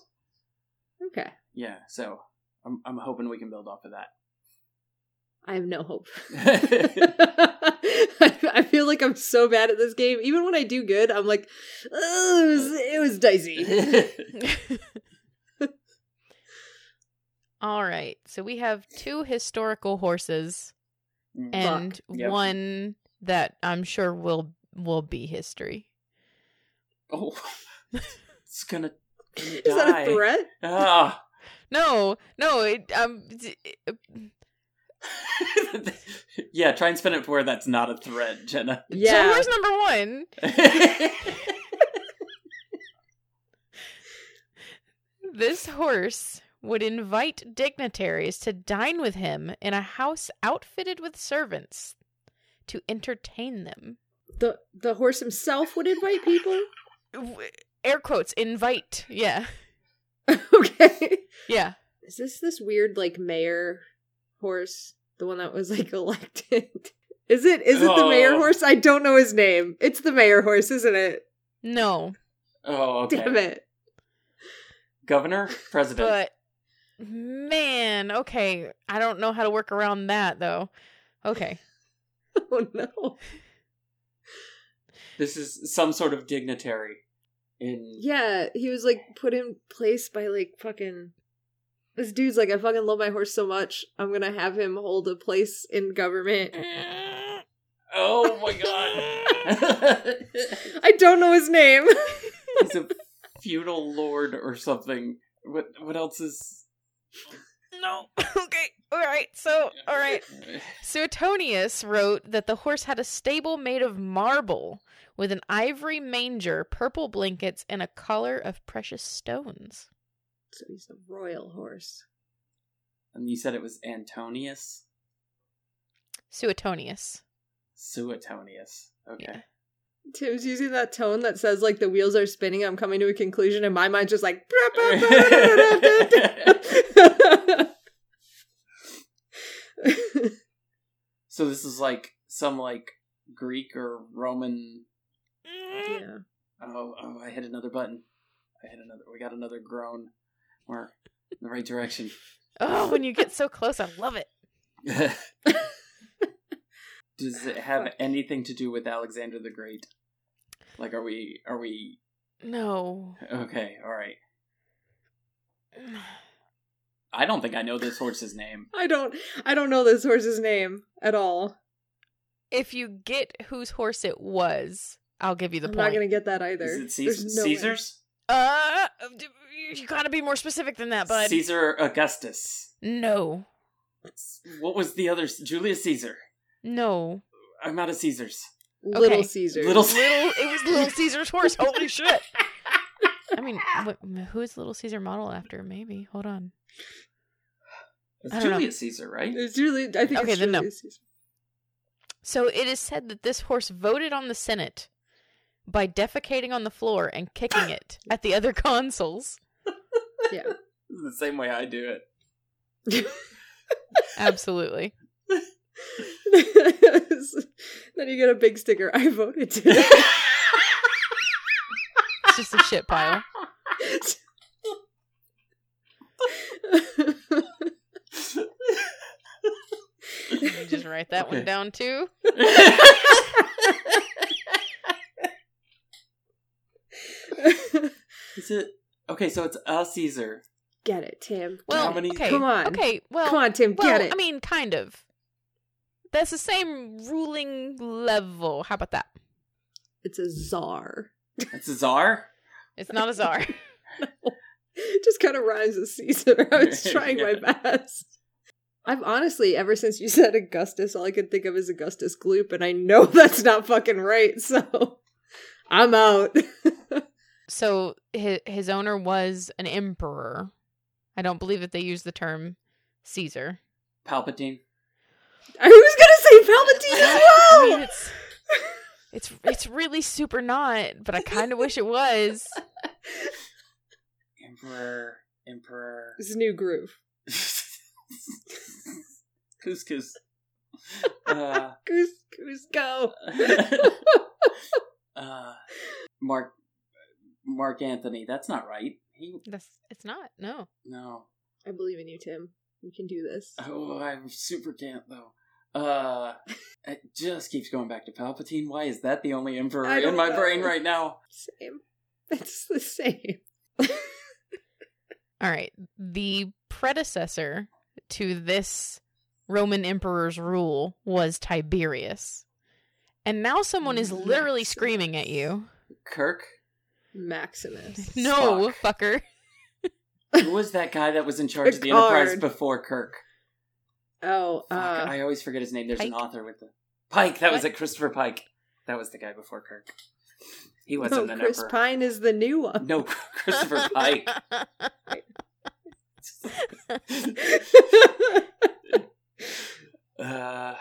[SPEAKER 3] Okay.
[SPEAKER 1] Yeah, so I'm I'm hoping we can build off of
[SPEAKER 3] <laughs>
[SPEAKER 1] that.
[SPEAKER 3] I have no
[SPEAKER 1] <laughs>
[SPEAKER 3] hope. <laughs> I I feel like I'm so bad at this game. Even when I do good, I'm like, "Ugh, it was, it was
[SPEAKER 1] <laughs>
[SPEAKER 3] dicey.
[SPEAKER 2] All right. So we have two historical horses and
[SPEAKER 1] Yep.
[SPEAKER 2] one that I'm sure will will be history.
[SPEAKER 1] oh, it's gonna. gonna
[SPEAKER 3] <laughs> Is that
[SPEAKER 1] die.
[SPEAKER 3] a threat?
[SPEAKER 1] Ah. <laughs>
[SPEAKER 2] No, no, it, um, d- it-
[SPEAKER 1] yeah, try and spin it for where that's not a threat, Jenna. <laughs>
[SPEAKER 2] so
[SPEAKER 3] Yeah.
[SPEAKER 2] horse number one. This horse would invite dignitaries to dine with him in a house outfitted with servants to entertain them.
[SPEAKER 3] The the horse himself would invite people. <laughs>
[SPEAKER 2] W- Air quotes, invite. Yeah.
[SPEAKER 3] okay.
[SPEAKER 2] Yeah.
[SPEAKER 3] Is this this weird like mayor horse? The one that was like <laughs> elected? Is it is it the mayor
[SPEAKER 1] Oh.
[SPEAKER 3] horse? I don't know his name. It's the mayor horse, isn't it?
[SPEAKER 2] No,
[SPEAKER 1] oh, okay.
[SPEAKER 3] Damn it. <laughs>
[SPEAKER 1] Governor, president.
[SPEAKER 2] but man, okay. I don't know how to work around that though. Okay.
[SPEAKER 3] Oh no.
[SPEAKER 1] This is some sort of dignitary. In
[SPEAKER 3] Yeah, he was like put in place by like fucking this dude's like I fucking love my horse so much. I'm going to have him hold a place in <laughs> government.
[SPEAKER 1] Oh my god.
[SPEAKER 3] I don't know his name.
[SPEAKER 1] <laughs>
[SPEAKER 3] <laughs>
[SPEAKER 1] He's a feudal lord or something. What what else is
[SPEAKER 2] <laughs> no. <laughs> Okay. All right. So, all right. Suetonius wrote that the horse had a stable made of marble with an ivory manger, purple blankets, and a collar of precious stones.
[SPEAKER 3] so he's a royal horse.
[SPEAKER 1] <sighs> And you said it was Antonius?
[SPEAKER 2] Suetonius.
[SPEAKER 1] Suetonius. Okay.
[SPEAKER 2] Yeah.
[SPEAKER 3] Tim's using that tone that says like the wheels are spinning. I'm coming to a conclusion, and my mind's just like. <laughs>
[SPEAKER 1] So this is like some like Greek or Roman.
[SPEAKER 2] Mm.
[SPEAKER 3] yeah.
[SPEAKER 1] Oh, oh I hit another button. I hit another. We got another groan. We're in the right direction. <laughs>
[SPEAKER 2] Oh, when you get so close, I love it.
[SPEAKER 1] Does it have anything to do with Alexander the Great? Like, are we? Are we?
[SPEAKER 2] No.
[SPEAKER 1] Okay, all right. I don't think I know this horse's name.
[SPEAKER 3] I don't. I don't know this horse's name at all.
[SPEAKER 2] If you get whose horse it was, I'll give you the
[SPEAKER 3] I'm
[SPEAKER 2] point.
[SPEAKER 3] not gonna get that either.
[SPEAKER 1] Is it Caesar?
[SPEAKER 3] There's no way.
[SPEAKER 1] Caesar's?
[SPEAKER 2] Uh, d- you gotta be more specific than that, bud.
[SPEAKER 1] Caesar Augustus.
[SPEAKER 2] no,
[SPEAKER 1] What was the other? Julius Caesar.
[SPEAKER 2] no.
[SPEAKER 1] I'm out of Caesars.
[SPEAKER 3] Little
[SPEAKER 2] Okay.
[SPEAKER 3] Caesar.
[SPEAKER 1] Little
[SPEAKER 2] Little, it was Little Caesar's horse. Holy shit! I mean, what, who is Little Caesar model after? Maybe. Hold on.
[SPEAKER 1] It's
[SPEAKER 2] I don't know.
[SPEAKER 1] Julius Caesar, right?
[SPEAKER 3] <laughs> It's really. I think.
[SPEAKER 2] Okay,
[SPEAKER 3] it's
[SPEAKER 2] then no.
[SPEAKER 3] Julius Caesar. <laughs>
[SPEAKER 2] So it is said that this horse voted on the Senate by defecating on the floor
[SPEAKER 1] <laughs>
[SPEAKER 2] and kicking it at the other consuls.
[SPEAKER 1] The same way I do it.
[SPEAKER 2] Absolutely.
[SPEAKER 3] then you get a big sticker. I voted
[SPEAKER 2] <laughs>
[SPEAKER 3] today.
[SPEAKER 2] It's just a shit pile. You can just write that
[SPEAKER 1] Okay.
[SPEAKER 2] one down too.
[SPEAKER 1] <laughs> Is it okay? So it's a Caesar.
[SPEAKER 3] get it, Tim.
[SPEAKER 2] Well,
[SPEAKER 1] many-
[SPEAKER 2] okay.
[SPEAKER 3] Come on.
[SPEAKER 2] Okay, well,
[SPEAKER 3] Come on, Tim.
[SPEAKER 2] well,
[SPEAKER 3] get it.
[SPEAKER 2] I mean, kind of. That's the same ruling level. How about that?
[SPEAKER 3] it's a czar.
[SPEAKER 1] It's a czar.
[SPEAKER 2] It's not a
[SPEAKER 3] <laughs>
[SPEAKER 2] czar.
[SPEAKER 3] It just kind of rhymes with Caesar. I
[SPEAKER 2] <laughs>
[SPEAKER 3] was trying
[SPEAKER 1] Yeah.
[SPEAKER 3] my best. I've honestly, ever since you said Augustus, all I could think of is Augustus Gloop, and I know <laughs> that's not fucking right, so I'm out. <laughs>
[SPEAKER 2] so his, his owner was an emperor. I don't believe that they use the term Caesar.
[SPEAKER 1] Palpatine.
[SPEAKER 3] I was gonna say Palpatine as
[SPEAKER 2] <laughs> I
[SPEAKER 3] well!
[SPEAKER 2] mean, it's it's it's really super
[SPEAKER 3] <laughs>
[SPEAKER 2] not, but I kind of wish it was.
[SPEAKER 1] Emperor. Emperor.
[SPEAKER 3] This is new groove.
[SPEAKER 1] <laughs> Couscous. Uh,
[SPEAKER 3] <laughs> Goose, goose, go.
[SPEAKER 1] <laughs> uh, Mark. Mark Anthony. That's not right. He
[SPEAKER 2] That's it's not. No.
[SPEAKER 1] no.
[SPEAKER 3] I believe in you, Tim. You can do this.
[SPEAKER 1] Oh, I super can't though. Uh, <laughs> it just keeps going back to Palpatine. Why is that the only emperor
[SPEAKER 3] I
[SPEAKER 1] in
[SPEAKER 3] don't
[SPEAKER 1] my
[SPEAKER 3] know.
[SPEAKER 1] brain right now?
[SPEAKER 3] Same. <laughs> It's the same.
[SPEAKER 2] All right. The predecessor to this Roman emperor's rule was Tiberius. And now someone is literally
[SPEAKER 3] Maximus.
[SPEAKER 2] screaming at you.
[SPEAKER 3] <laughs>
[SPEAKER 1] Kirk.
[SPEAKER 3] Maximus.
[SPEAKER 2] <laughs> No,
[SPEAKER 1] Fuck.
[SPEAKER 2] fucker.
[SPEAKER 1] Who was that guy that was in charge of the
[SPEAKER 3] Picard.
[SPEAKER 1] Enterprise before Kirk?
[SPEAKER 3] Oh,
[SPEAKER 1] Fuck,
[SPEAKER 3] uh,
[SPEAKER 1] I always forget his name. There's an
[SPEAKER 2] Pike?
[SPEAKER 1] author with the Pike. That was
[SPEAKER 2] What?
[SPEAKER 1] it, Christopher Pike. That was the guy before Kirk. He
[SPEAKER 3] no,
[SPEAKER 1] wasn't an
[SPEAKER 3] Chris
[SPEAKER 1] emperor.
[SPEAKER 3] Pine is the new one.
[SPEAKER 1] No, <laughs>
[SPEAKER 2] <laughs>
[SPEAKER 1] Christopher Pike. uh,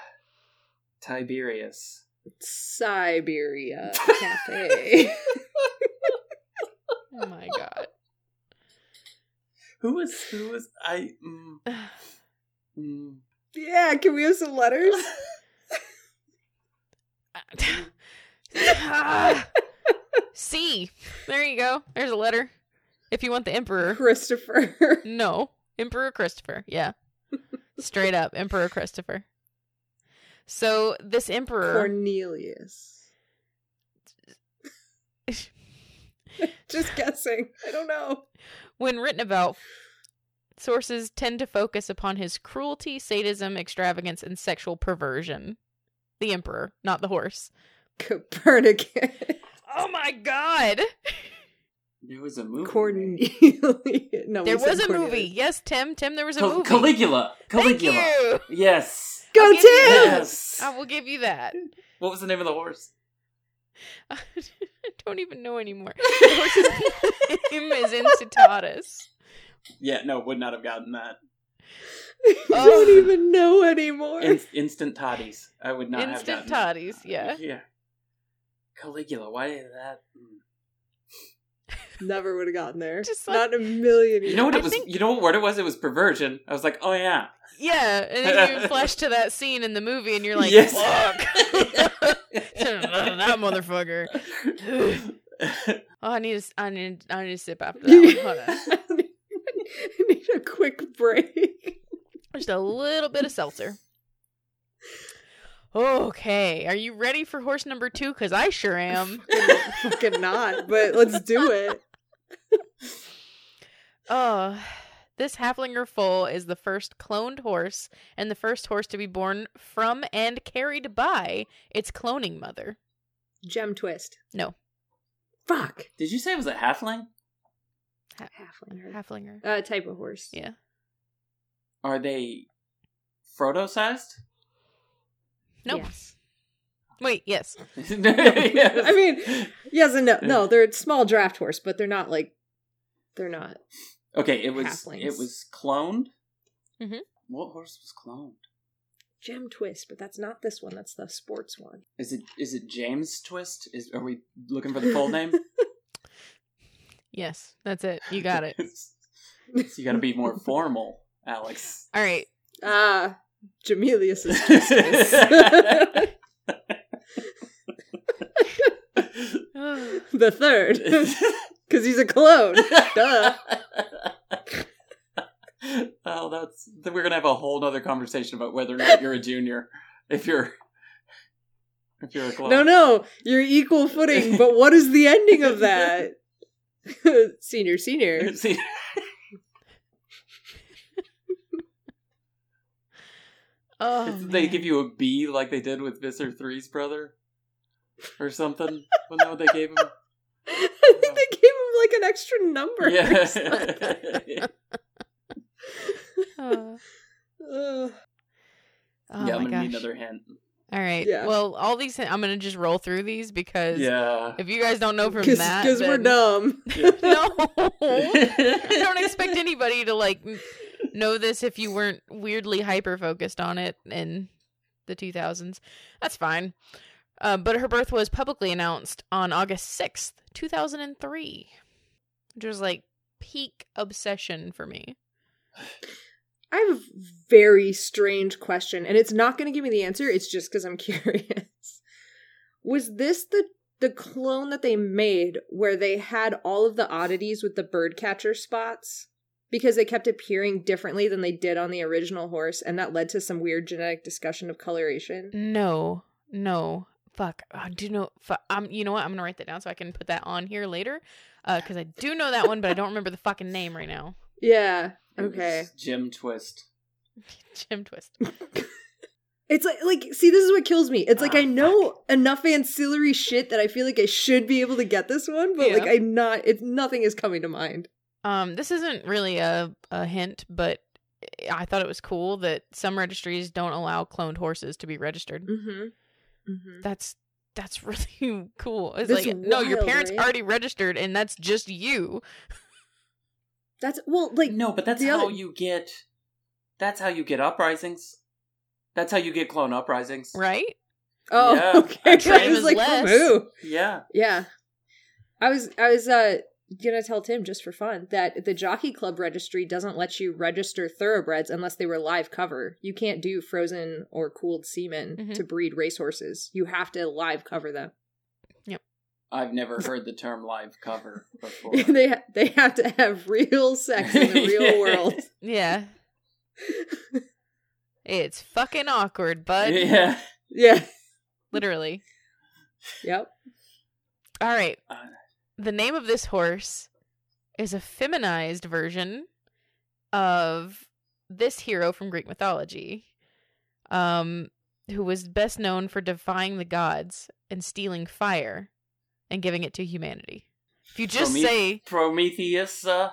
[SPEAKER 1] Tiberius.
[SPEAKER 3] <laughs> Siberia
[SPEAKER 1] <laughs>
[SPEAKER 3] Cafe.
[SPEAKER 2] Oh my god.
[SPEAKER 1] Who was? Who was? I. Mm, mm.
[SPEAKER 3] yeah, can we have some letters?
[SPEAKER 2] Ah. C. There you go. There's a letter. If you want the emperor.
[SPEAKER 3] Christopher.
[SPEAKER 2] No. Emperor Christopher. Yeah. Straight up Emperor Christopher. So this emperor
[SPEAKER 3] Cornelius.
[SPEAKER 2] <laughs>
[SPEAKER 1] <sighs>
[SPEAKER 3] Just guessing. I don't know.
[SPEAKER 2] when written about, sources tend to focus upon his cruelty, sadism, extravagance, and sexual perversion. The emperor, not the horse.
[SPEAKER 3] Copernicus.
[SPEAKER 2] Oh my god!
[SPEAKER 1] There was a movie.
[SPEAKER 3] Cornelius. No,
[SPEAKER 2] there
[SPEAKER 3] we said
[SPEAKER 2] was a
[SPEAKER 3] Cornelius.
[SPEAKER 2] movie. Yes, Tim. Tim, there was a
[SPEAKER 1] Cal-
[SPEAKER 2] movie.
[SPEAKER 1] Caligula. Caligula.
[SPEAKER 2] Thank you.
[SPEAKER 1] Yes.
[SPEAKER 3] Go,
[SPEAKER 2] I'll
[SPEAKER 3] Tim!
[SPEAKER 2] give you that.
[SPEAKER 1] Yes.
[SPEAKER 2] <laughs> I will give you that. <laughs>
[SPEAKER 1] What was the name of the horse?
[SPEAKER 2] I don't even
[SPEAKER 1] <laughs>
[SPEAKER 2] know anymore. The <laughs> horse's name is Incitatus.
[SPEAKER 1] Yeah, no, would not have gotten
[SPEAKER 2] <laughs>
[SPEAKER 1] that.
[SPEAKER 3] I don't
[SPEAKER 2] Oh.
[SPEAKER 3] even know anymore.
[SPEAKER 1] In- instant toddies. I would not have
[SPEAKER 2] Instant
[SPEAKER 1] gotten that.
[SPEAKER 2] toddies. Yeah.
[SPEAKER 1] Yeah. Caligula, why did that?
[SPEAKER 2] Mm.
[SPEAKER 3] Never would have gotten there.
[SPEAKER 2] Just
[SPEAKER 3] Not in a million years.
[SPEAKER 1] You know what
[SPEAKER 2] I
[SPEAKER 1] it was?
[SPEAKER 2] think-
[SPEAKER 1] You know what word it was? It was perversion. I was like, oh
[SPEAKER 2] <laughs>
[SPEAKER 1] yeah. <laughs>
[SPEAKER 2] Yeah, and then you flash to that scene in the movie, and you're like,
[SPEAKER 1] Yes. <laughs>
[SPEAKER 2] "Fuck, <laughs> that motherfucker!" Oh, I need to, s- I need, I need to sip after that. One.
[SPEAKER 3] <laughs>
[SPEAKER 2] Hold on.
[SPEAKER 3] I need a quick break.
[SPEAKER 2] <laughs> Just a little bit of seltzer. Okay, are you ready for horse number two? Because I sure <laughs> am.
[SPEAKER 3] <laughs> Fucking not, but let's do it.
[SPEAKER 2] Oh, this halflinger foal is the first cloned horse and the first horse to be born from and carried by its cloning mother.
[SPEAKER 3] <laughs> Gem twist.
[SPEAKER 2] No.
[SPEAKER 3] Fuck.
[SPEAKER 1] Did you say it was a halfling?
[SPEAKER 3] Halflinger.
[SPEAKER 2] Halflinger.
[SPEAKER 3] Uh, type of horse.
[SPEAKER 2] Yeah.
[SPEAKER 1] Are they Frodo sized?
[SPEAKER 2] Nope.
[SPEAKER 3] Yes.
[SPEAKER 2] Wait, yes.
[SPEAKER 3] <laughs>
[SPEAKER 1] Yes.
[SPEAKER 3] I mean, yes and no. No, they're a small draft horse, but they're not like they're not.
[SPEAKER 1] okay, it was
[SPEAKER 3] halflings. Mm-hmm.
[SPEAKER 1] it was cloned.
[SPEAKER 2] Mhm.
[SPEAKER 1] What horse was cloned?
[SPEAKER 3] Gem twist, but that's not this one. That's the sports one.
[SPEAKER 1] Is it is it James Twist? Is are we looking for the
[SPEAKER 3] <laughs>
[SPEAKER 1] full name?
[SPEAKER 2] Yes, that's it. You got it.
[SPEAKER 1] so you got to be more formal,
[SPEAKER 3] <laughs>
[SPEAKER 1] Alex.
[SPEAKER 2] <laughs> All right.
[SPEAKER 3] Ah, Jamelius <laughs> is <laughs> Justus. the third, because he's a clone. Duh.
[SPEAKER 1] oh, that's then we're gonna have a whole nother conversation about whether or not you're a junior if you're if you're a clone.
[SPEAKER 3] No, no, you're equal footing. But what is the ending of that? <laughs> senior,
[SPEAKER 1] <laughs>
[SPEAKER 3] senior.
[SPEAKER 1] <laughs> See,
[SPEAKER 2] Oh,
[SPEAKER 1] they
[SPEAKER 2] man.
[SPEAKER 1] give you a B like they did with Visser Three's brother or something. well, no, they
[SPEAKER 2] <laughs>
[SPEAKER 1] gave him.
[SPEAKER 3] I think they gave him like an extra number. <laughs>
[SPEAKER 1] <laughs> Yeah.
[SPEAKER 2] Oh,
[SPEAKER 3] Ugh.
[SPEAKER 2] oh
[SPEAKER 1] yeah, I'm gonna
[SPEAKER 2] my gosh.
[SPEAKER 1] need another hint.
[SPEAKER 2] All right.
[SPEAKER 3] Yeah.
[SPEAKER 2] Well, all these I'm gonna just roll through these because <laughs>
[SPEAKER 1] Yeah.
[SPEAKER 2] if you guys don't know from that,
[SPEAKER 3] because we're
[SPEAKER 2] then-
[SPEAKER 3] dumb.
[SPEAKER 2] <laughs> no. I don't <laughs> expect anybody to like n- know this if you weren't weirdly hyper focused on it in the 2000s. That's fine. Uh, but her birth was publicly announced on August 6th, 2003, which was like peak obsession for me.
[SPEAKER 3] I have a very strange question, and it's not going to give me the answer. It's just because I'm <laughs> curious. Was this the the clone that they made where they had all of the oddities with the birdcatcher spots because they kept appearing differently than they did on the original horse, and that led to some weird genetic discussion of
[SPEAKER 2] Mm.
[SPEAKER 3] coloration?
[SPEAKER 2] No, no, fuck. I do know. Fu- um, you know what? I'm gonna write that down so I can put that on here later, because I do know that one, but I don't remember the fucking name right now. <laughs>
[SPEAKER 3] Yeah.
[SPEAKER 1] It
[SPEAKER 3] Okay.
[SPEAKER 1] was Jim Twist.
[SPEAKER 2] Jim Twist.
[SPEAKER 3] It's like like see this is what kills me. It's like
[SPEAKER 2] Ah,
[SPEAKER 3] I know enough ancillary shit that I feel like I should be able to get this one, but
[SPEAKER 2] Yeah.
[SPEAKER 3] like I'm not it's nothing is coming to mind.
[SPEAKER 2] Um, this isn't really a, a hint, but I thought it was cool that some registries don't allow cloned horses to be registered.
[SPEAKER 3] Mm-hmm. Mm-hmm.
[SPEAKER 2] That's that's <laughs> really cool. It's
[SPEAKER 3] That's
[SPEAKER 2] like no, your
[SPEAKER 3] wild,
[SPEAKER 2] parents
[SPEAKER 3] right?
[SPEAKER 2] already registered, and that's just you.
[SPEAKER 3] That's well, like
[SPEAKER 1] no, but that's
[SPEAKER 3] the
[SPEAKER 1] how
[SPEAKER 3] other-
[SPEAKER 1] you get. That's how you get uprisings. That's how you get clone uprisings.
[SPEAKER 2] Right?
[SPEAKER 3] <laughs> oh,
[SPEAKER 1] Yeah.
[SPEAKER 3] okay. I
[SPEAKER 1] Same
[SPEAKER 3] was
[SPEAKER 2] as
[SPEAKER 3] like,
[SPEAKER 2] less.
[SPEAKER 3] who?
[SPEAKER 1] Yeah.
[SPEAKER 3] Yeah, I was, I was uh gonna tell Tim just for fun that the Jockey Club registry doesn't let you register thoroughbreds unless they were live cover. You can't do frozen or cooled semen
[SPEAKER 2] Mhm.
[SPEAKER 3] to breed racehorses. You have to live cover them. <laughs>
[SPEAKER 1] I've
[SPEAKER 2] <laughs>
[SPEAKER 1] never heard the term live cover before. <laughs>
[SPEAKER 3] they ha- they have to have real sex in the real
[SPEAKER 1] Yeah.
[SPEAKER 3] world. <laughs>
[SPEAKER 2] Yeah. it's fucking awkward, bud.
[SPEAKER 1] yeah.
[SPEAKER 3] Yeah.
[SPEAKER 2] Literally.
[SPEAKER 3] Yep.
[SPEAKER 2] All right.
[SPEAKER 1] Uh.
[SPEAKER 2] The name of this horse is a feminized version of this hero from Greek mythology, um, who was best known for defying the gods and stealing fire and giving it to humanity. If you just
[SPEAKER 1] Prome-
[SPEAKER 2] say
[SPEAKER 1] Prometheus. Uh,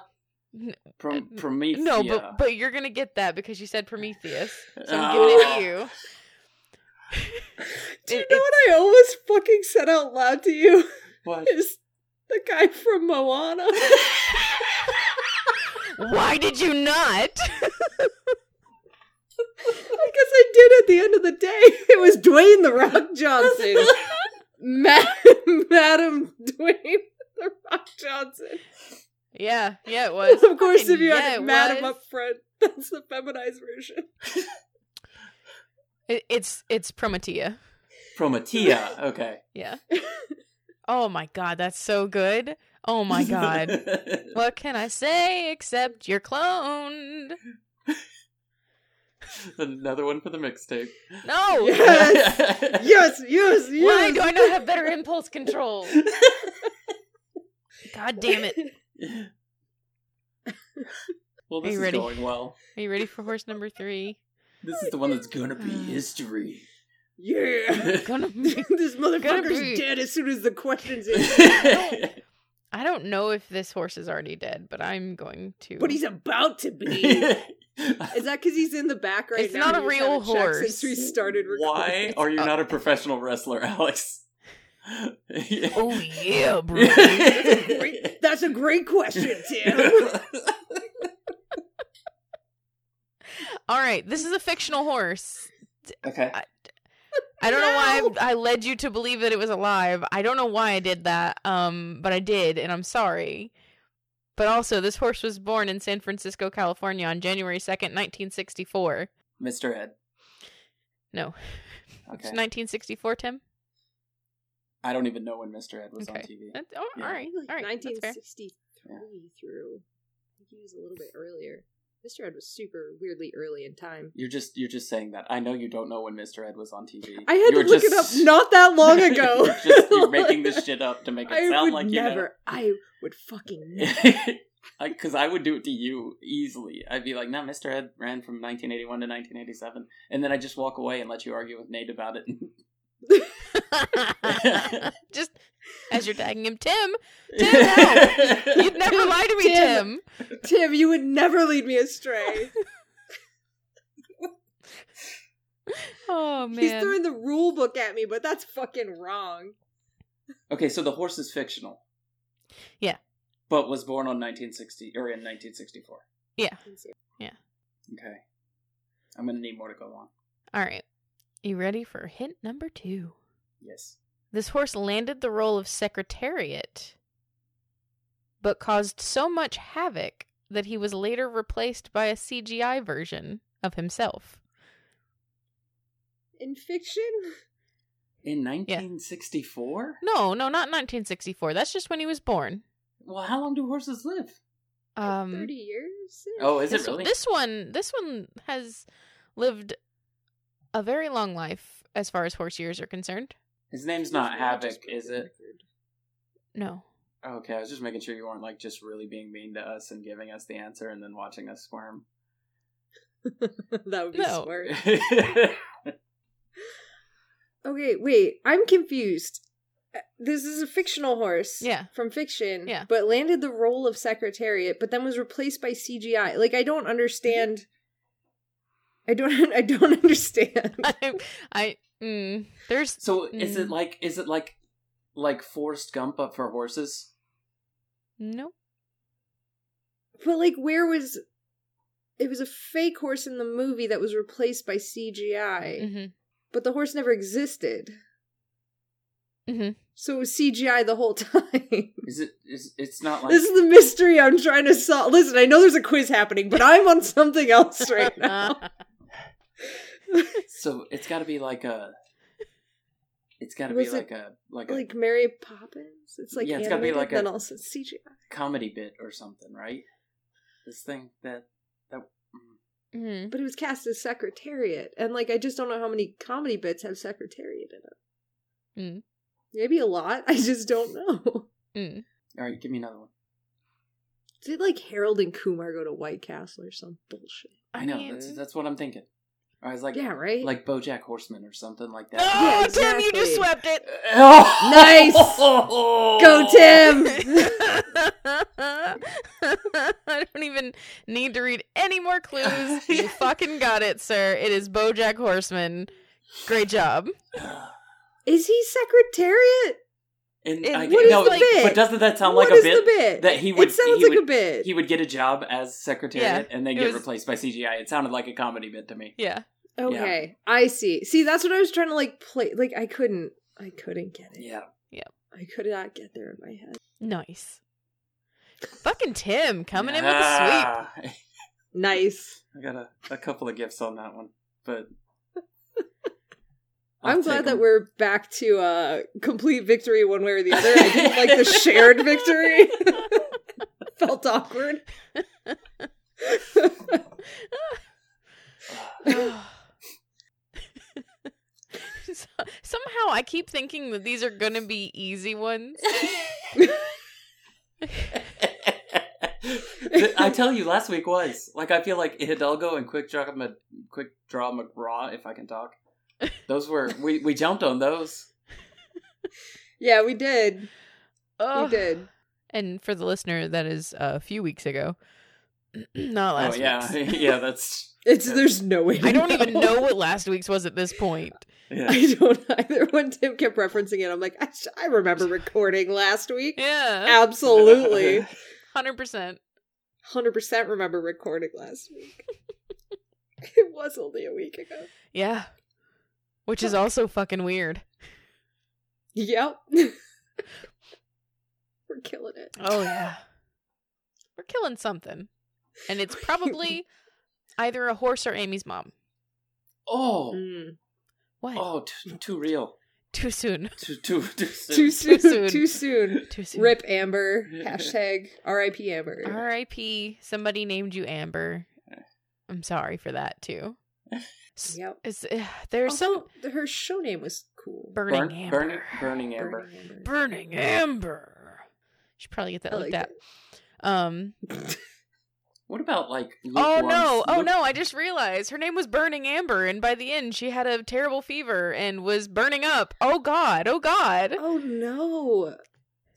[SPEAKER 2] N-
[SPEAKER 1] Pro-
[SPEAKER 2] uh,
[SPEAKER 1] Prometheus.
[SPEAKER 2] no, but but you're gonna get that because you said Prometheus, so I'm
[SPEAKER 1] Ah.
[SPEAKER 2] giving it to you.
[SPEAKER 3] Do you
[SPEAKER 2] It-
[SPEAKER 3] know what I almost fucking said out loud to you?
[SPEAKER 1] What?
[SPEAKER 3] Is the guy from Moana? <laughs>
[SPEAKER 2] Why did you not? <laughs>
[SPEAKER 3] I guess I did at the end of the day. It was Dwayne the Rock Johnson. Ma- Madam Dwayne the Rock Johnson.
[SPEAKER 2] Yeah, yeah, it was.
[SPEAKER 3] of course,
[SPEAKER 2] Fucking
[SPEAKER 3] if you
[SPEAKER 2] yeah,
[SPEAKER 3] had
[SPEAKER 2] it
[SPEAKER 3] it Madam
[SPEAKER 2] was.
[SPEAKER 3] up front, that's the feminized version.
[SPEAKER 2] It, it's it's Prometea.
[SPEAKER 1] Prometea. Okay.
[SPEAKER 3] <laughs>
[SPEAKER 2] Yeah. oh my god, that's so good. Oh
[SPEAKER 1] <laughs>
[SPEAKER 3] <laughs>
[SPEAKER 2] my god. what can I say except you're cloned?
[SPEAKER 1] Another one for the mixtape.
[SPEAKER 2] No.
[SPEAKER 3] Yes.
[SPEAKER 1] <laughs>
[SPEAKER 3] Yes, yes, yes.
[SPEAKER 2] Why do I not have better
[SPEAKER 3] <laughs>
[SPEAKER 2] impulse control? God damn it.
[SPEAKER 1] well,
[SPEAKER 2] Are
[SPEAKER 1] this is
[SPEAKER 2] you ready?
[SPEAKER 1] going well.
[SPEAKER 2] Are you ready for horse number three?
[SPEAKER 1] This is the one that's gonna
[SPEAKER 3] Uh,
[SPEAKER 1] be history.
[SPEAKER 3] Yeah. <laughs>
[SPEAKER 2] Gonna
[SPEAKER 3] this motherfucker's
[SPEAKER 2] be-
[SPEAKER 3] dead as soon as the question's
[SPEAKER 2] <laughs>
[SPEAKER 3] in.
[SPEAKER 1] yeah,
[SPEAKER 2] I don't know if this horse is already dead, but I'm going to.
[SPEAKER 3] but he's about to
[SPEAKER 2] <laughs>
[SPEAKER 3] be. Is that because he's in the back right
[SPEAKER 2] It's
[SPEAKER 3] now?
[SPEAKER 2] not
[SPEAKER 3] You
[SPEAKER 2] a
[SPEAKER 3] just haven't
[SPEAKER 2] real
[SPEAKER 3] checked
[SPEAKER 2] horse.
[SPEAKER 3] Since <laughs> we started
[SPEAKER 1] <laughs> Why
[SPEAKER 3] recording. <laughs> Uh,
[SPEAKER 1] are you not a professional wrestler, Alex? <laughs>
[SPEAKER 2] Oh
[SPEAKER 3] <laughs>
[SPEAKER 2] yeah, bro.
[SPEAKER 1] Great.
[SPEAKER 3] That's a great question,
[SPEAKER 2] <laughs>
[SPEAKER 3] Tim.
[SPEAKER 2] All right, this is a fictional horse.
[SPEAKER 1] <laughs> okay.
[SPEAKER 2] I don't know
[SPEAKER 3] No.
[SPEAKER 2] why I, I led you to believe that it was alive. I don't know why I did that, um, but I did, and I'm sorry. But also, this horse was born in San Francisco, California, on January 2nd, 1964.
[SPEAKER 1] Mr. Ed.
[SPEAKER 2] No, <laughs> it's
[SPEAKER 1] Okay.
[SPEAKER 2] 1964, Tim.
[SPEAKER 1] I don't even know when Mr. Ed was on
[SPEAKER 2] Okay.
[SPEAKER 1] TV.
[SPEAKER 2] That- oh,
[SPEAKER 1] Yeah.
[SPEAKER 2] All
[SPEAKER 3] <laughs>
[SPEAKER 2] right, all right, that's fair.
[SPEAKER 3] 1963 through. I think he was a little bit earlier. Mr. Ed was super weirdly early in time.
[SPEAKER 1] You're just you're just saying that. I know you don't know when Mr. Ed was on TV.
[SPEAKER 3] I had
[SPEAKER 1] You're
[SPEAKER 3] to look
[SPEAKER 1] just- <laughs>
[SPEAKER 3] it up not that long ago.
[SPEAKER 1] you're,
[SPEAKER 3] <laughs>
[SPEAKER 1] just, you're making this shit up to make it
[SPEAKER 3] I
[SPEAKER 1] sound
[SPEAKER 3] would
[SPEAKER 1] like
[SPEAKER 3] never. I would fucking
[SPEAKER 1] you <laughs>
[SPEAKER 3] never.
[SPEAKER 1] know. Because I would do it to you easily. I'd be like, "No, Mr. Ed ran from 1981 to 1987," and then I just walk away and let you argue with Nate
[SPEAKER 2] <laughs>
[SPEAKER 1] about it.
[SPEAKER 2] <laughs> Just as you're tagging him, Tim, Tim, no.
[SPEAKER 1] <laughs>
[SPEAKER 2] you'd never lie to me, Tim.
[SPEAKER 3] Tim. <laughs> Tim, you would never lead me
[SPEAKER 2] <laughs>
[SPEAKER 3] astray.
[SPEAKER 2] Oh man,
[SPEAKER 3] He's throwing the rule book at me, but that's fucking wrong.
[SPEAKER 1] Okay, so the horse is fictional.
[SPEAKER 2] Yeah.
[SPEAKER 1] But was born on 1960 or in 1964. Okay. I'm gonna need more to go on.
[SPEAKER 2] all right. You ready for hint number two?
[SPEAKER 1] Yes.
[SPEAKER 2] This horse landed the role of secretariat, but caused so much havoc that he was later replaced by a CGI version of himself.
[SPEAKER 3] In fiction?
[SPEAKER 1] In 1964.
[SPEAKER 2] No, no, not 1964. That's just when he was born.
[SPEAKER 1] Well, how long do horses live?
[SPEAKER 3] Um,
[SPEAKER 2] Um,
[SPEAKER 3] 30 years?
[SPEAKER 1] Oh, is
[SPEAKER 2] this,
[SPEAKER 1] it really?
[SPEAKER 2] this one, this one has lived a very long life as far as horse years are concerned.
[SPEAKER 1] His name's not
[SPEAKER 3] Usually I just
[SPEAKER 1] Havoc,
[SPEAKER 3] put
[SPEAKER 1] is
[SPEAKER 3] in
[SPEAKER 1] it?
[SPEAKER 3] record. <laughs>
[SPEAKER 2] No, <laughs>
[SPEAKER 1] Okay, I was just making sure you weren't like just really being mean to us and giving us the answer and then watching us squirm. <laughs>
[SPEAKER 3] that would be
[SPEAKER 2] No.
[SPEAKER 3] smart.
[SPEAKER 1] okay.
[SPEAKER 3] <laughs> Okay, wait. I'm confused. Uh, This is a fictional horse.
[SPEAKER 2] Yeah.
[SPEAKER 3] From fiction.
[SPEAKER 2] Yeah.
[SPEAKER 3] But landed the role of Secretariat, but then was replaced by CGI. Like I don't understand. I don't <laughs> I don't <laughs> understand.
[SPEAKER 2] I, I mm, there's
[SPEAKER 1] So is it
[SPEAKER 2] Mm.
[SPEAKER 1] like is it like like Forrest Gump up for horses?
[SPEAKER 2] no.
[SPEAKER 3] but like where was it was a fake horse in the movie that was replaced by CGI,
[SPEAKER 2] hmm
[SPEAKER 3] but the horse never existed.
[SPEAKER 2] Mhm.
[SPEAKER 3] So it was CGI the whole <laughs> time.
[SPEAKER 1] Is it is it's not like
[SPEAKER 3] This is the mystery I'm trying to solve. Listen, I know there's a quiz happening, but I'm on something else right
[SPEAKER 1] <laughs>
[SPEAKER 2] <laughs>
[SPEAKER 3] now. <laughs>
[SPEAKER 1] so it's got to be like a it's got to be
[SPEAKER 3] Was it
[SPEAKER 1] like a like a
[SPEAKER 3] like Mary Poppins, it's like
[SPEAKER 1] Yeah,
[SPEAKER 3] yeah,
[SPEAKER 1] it's gotta be like a-
[SPEAKER 3] then also CGI.
[SPEAKER 1] comedy bit or something, right? This thing that that mm.
[SPEAKER 2] Mhm.
[SPEAKER 3] But it was cast as Secretariat, and like I just don't know how many comedy bits have Secretariat in them.
[SPEAKER 1] Hmm.
[SPEAKER 2] Mm.
[SPEAKER 3] Maybe a lot. <laughs> I just don't know.
[SPEAKER 2] Mm.
[SPEAKER 1] All right, give me another one.
[SPEAKER 3] Did like Harold and Kumar go to White Castle or some bullshit?
[SPEAKER 1] I, know
[SPEAKER 2] mean-
[SPEAKER 1] that's, that's what I'm thinking. I was like
[SPEAKER 3] yeah, right.
[SPEAKER 1] like BoJack Horseman or something like
[SPEAKER 2] No,
[SPEAKER 1] that.
[SPEAKER 2] Tim, you just
[SPEAKER 3] exactly.
[SPEAKER 2] swept it.
[SPEAKER 3] Nice!
[SPEAKER 1] <laughs>
[SPEAKER 3] go
[SPEAKER 1] Oh.
[SPEAKER 3] Tim.
[SPEAKER 2] <laughs> I don't even need to read any more clues. You fucking got it, sir. It is BoJack Horseman. Great job.
[SPEAKER 1] <laughs>
[SPEAKER 3] Is he Secretariat?
[SPEAKER 1] And
[SPEAKER 2] It-
[SPEAKER 1] I,
[SPEAKER 2] what is
[SPEAKER 1] no,
[SPEAKER 2] the
[SPEAKER 1] but-
[SPEAKER 3] bit?
[SPEAKER 1] but doesn't that sound
[SPEAKER 3] What
[SPEAKER 1] like
[SPEAKER 3] is
[SPEAKER 1] a bit?
[SPEAKER 3] the bit
[SPEAKER 1] that he would-
[SPEAKER 3] It sounds
[SPEAKER 1] he
[SPEAKER 3] like
[SPEAKER 1] would-
[SPEAKER 3] a bit.
[SPEAKER 1] He would get a job as secretariat and then
[SPEAKER 2] it
[SPEAKER 1] get
[SPEAKER 2] was-
[SPEAKER 1] replaced by CGI. It sounded like a comedy bit to me.
[SPEAKER 2] Yeah.
[SPEAKER 3] Okay, I see. See, that's what I was trying to like play. Like I couldn't. I couldn't get it.
[SPEAKER 1] Yeah.
[SPEAKER 3] I could not get there in my head.
[SPEAKER 2] Nice. Fucking Tim coming in with a sweep.
[SPEAKER 1] sweep.
[SPEAKER 3] Nice.
[SPEAKER 1] <laughs> I got a, a couple of gifts on that one, but
[SPEAKER 3] i
[SPEAKER 1] I'll
[SPEAKER 3] am
[SPEAKER 1] take
[SPEAKER 3] glad
[SPEAKER 1] 'em. <laughs>
[SPEAKER 3] that we're back to uh complete victory one way or the other. I didn't
[SPEAKER 1] <laughs>
[SPEAKER 3] like the shared victory. <laughs> Felt awkward. <laughs>
[SPEAKER 2] So- <sighs> Somehow I keep thinking that these are going to be easy ones.
[SPEAKER 1] I tell you, last week was like I feel like Hidalgo and Quick Draw, Ma- Quick Draw McGraw, if I can talk. Those were we we jumped on those.
[SPEAKER 3] yeah, we did.
[SPEAKER 2] Oh.
[SPEAKER 3] We did.
[SPEAKER 2] And for the listener, that is uh, a few weeks ago. <clears throat> Not last
[SPEAKER 1] oh
[SPEAKER 2] week.
[SPEAKER 1] yeah, <laughs> yeah. That's
[SPEAKER 3] It's there's no way. to
[SPEAKER 2] I don't even <laughs> know what last week's was at this point.
[SPEAKER 1] yeah.
[SPEAKER 3] <laughs> I don't either. When Tim kept referencing it, I'm like, I, I remember recording last week.
[SPEAKER 2] Yeah.
[SPEAKER 3] Absolutely.
[SPEAKER 2] 100%.
[SPEAKER 3] 100% remember recording last week. <laughs> it was only a week ago.
[SPEAKER 2] Yeah. Which is also fucking weird.
[SPEAKER 3] Yep. <laughs> We're killing it.
[SPEAKER 2] Oh yeah. We're killing something. And <laughs> it's probably either a horse or Amy's mom.
[SPEAKER 1] <laughs> Oh
[SPEAKER 3] Mm.
[SPEAKER 2] What?
[SPEAKER 1] oh, too, too real.
[SPEAKER 2] Too soon.
[SPEAKER 1] Too too <laughs> too soon.
[SPEAKER 3] Too soon.
[SPEAKER 2] soon.
[SPEAKER 3] Too soon.
[SPEAKER 2] <laughs> Too soon.
[SPEAKER 3] Rip
[SPEAKER 2] <laughs>
[SPEAKER 3] Amber. Hashtag RIP Amber.
[SPEAKER 2] R.I.P. Somebody named you Amber. I'm sorry for that too. S-
[SPEAKER 3] Yep.
[SPEAKER 2] Is uh, there's some
[SPEAKER 3] Also, her show name was cool.
[SPEAKER 2] burning
[SPEAKER 1] Burn,
[SPEAKER 2] Amber.
[SPEAKER 1] burning burning amber.
[SPEAKER 3] Burning Amber.
[SPEAKER 2] Burning Amber. Should probably get that
[SPEAKER 3] I
[SPEAKER 2] looked
[SPEAKER 3] like
[SPEAKER 2] up. Um.
[SPEAKER 1] What about like?
[SPEAKER 2] Oh
[SPEAKER 1] Lukewarm,
[SPEAKER 2] no! Oh
[SPEAKER 1] Luke-
[SPEAKER 2] no! I just realized her name was Burning Amber, and by the end, she had a terrible fever and was burning up. Oh god! Oh god!
[SPEAKER 3] Oh no.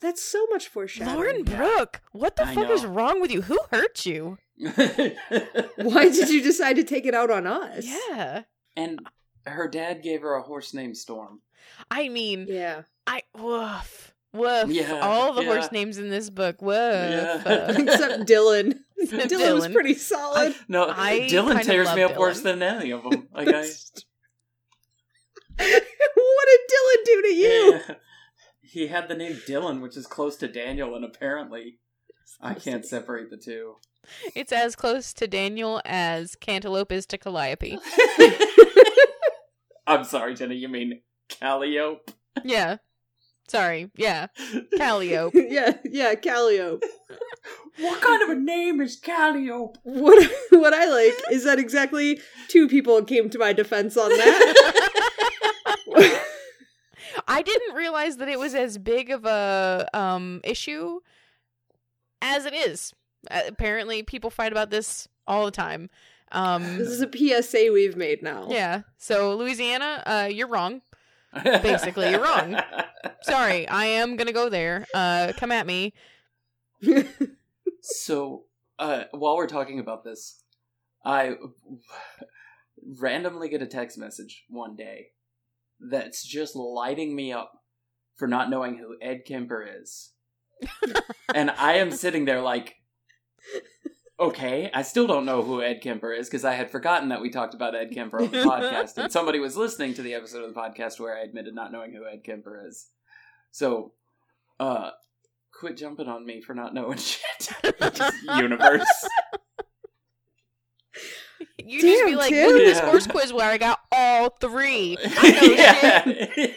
[SPEAKER 3] That's so much foreshadowing.
[SPEAKER 2] Lauren Brooke, what the
[SPEAKER 1] I
[SPEAKER 2] fuck is
[SPEAKER 1] know.
[SPEAKER 2] wrong with you? Who hurt you?
[SPEAKER 1] <laughs>
[SPEAKER 3] <laughs> Why did you decide to take it out on us?
[SPEAKER 2] Yeah.
[SPEAKER 1] And her dad gave her a horse named Storm.
[SPEAKER 2] I mean,
[SPEAKER 3] Yeah.
[SPEAKER 2] <laughs> I woof. Woof.
[SPEAKER 1] Yeah,
[SPEAKER 2] All the
[SPEAKER 1] yeah.
[SPEAKER 2] horse names in this book. Woof. Uh,
[SPEAKER 1] <laughs> Yeah.
[SPEAKER 3] Except Dylan. Dylan,
[SPEAKER 2] Except
[SPEAKER 3] was
[SPEAKER 2] Dylan.
[SPEAKER 3] pretty solid.
[SPEAKER 1] No, uh,
[SPEAKER 2] I kind
[SPEAKER 1] Dylan
[SPEAKER 2] of
[SPEAKER 1] tears me
[SPEAKER 2] love
[SPEAKER 1] up worse
[SPEAKER 2] Dylan.
[SPEAKER 1] than any of
[SPEAKER 2] <laughs>
[SPEAKER 1] them. Like I,
[SPEAKER 3] <laughs> what did Dylan do to you?
[SPEAKER 1] Yeah. <laughs> He had the name Dylan, which is close to Daniel, and apparently I can't separate the two.
[SPEAKER 2] It's as close to Daniel as Cantaloupe is
[SPEAKER 1] <laughs>
[SPEAKER 2] to Calliope.
[SPEAKER 1] I'm sorry, Jenny. You mean Calliope?
[SPEAKER 2] <laughs> yeah. Sorry. Yeah. Calliope.
[SPEAKER 3] <laughs> yeah, yeah, Calliope.
[SPEAKER 1] What kind of a name is Calliope?
[SPEAKER 3] What <laughs> what I like is that exactly two people came to my defense on
[SPEAKER 1] <laughs>
[SPEAKER 3] that.
[SPEAKER 2] I didn't realize that it was as big of a um issue as it is. Uh, apparently, people fight about this all the time.
[SPEAKER 3] <laughs>
[SPEAKER 2] Um,
[SPEAKER 3] this is a PSA we've made now.
[SPEAKER 2] yeah. So Louisiana, uh, you're wrong. Basically,
[SPEAKER 1] <laughs>
[SPEAKER 2] you're wrong.
[SPEAKER 3] <laughs>
[SPEAKER 2] Sorry, I am gonna go there. Uh, come at me.
[SPEAKER 1] So, uh, while we're talking about this, I randomly get a text message one day that's just lighting me up for not knowing who Ed Kemper is. and I am sitting there like, okay, I still don't know who Ed Kemper is because I had forgotten that we talked about Ed Kemper on the podcast. And somebody was listening to the episode of the podcast where I admitted not knowing who Ed Kemper is. So, uh, quit jumping on me for not knowing shit. Universe.
[SPEAKER 2] You just be
[SPEAKER 3] Damn,
[SPEAKER 2] like,
[SPEAKER 3] Tim.
[SPEAKER 2] look at this
[SPEAKER 1] Yeah.
[SPEAKER 2] horse quiz where I got all
[SPEAKER 1] <laughs>
[SPEAKER 2] three. I know <laughs> shit.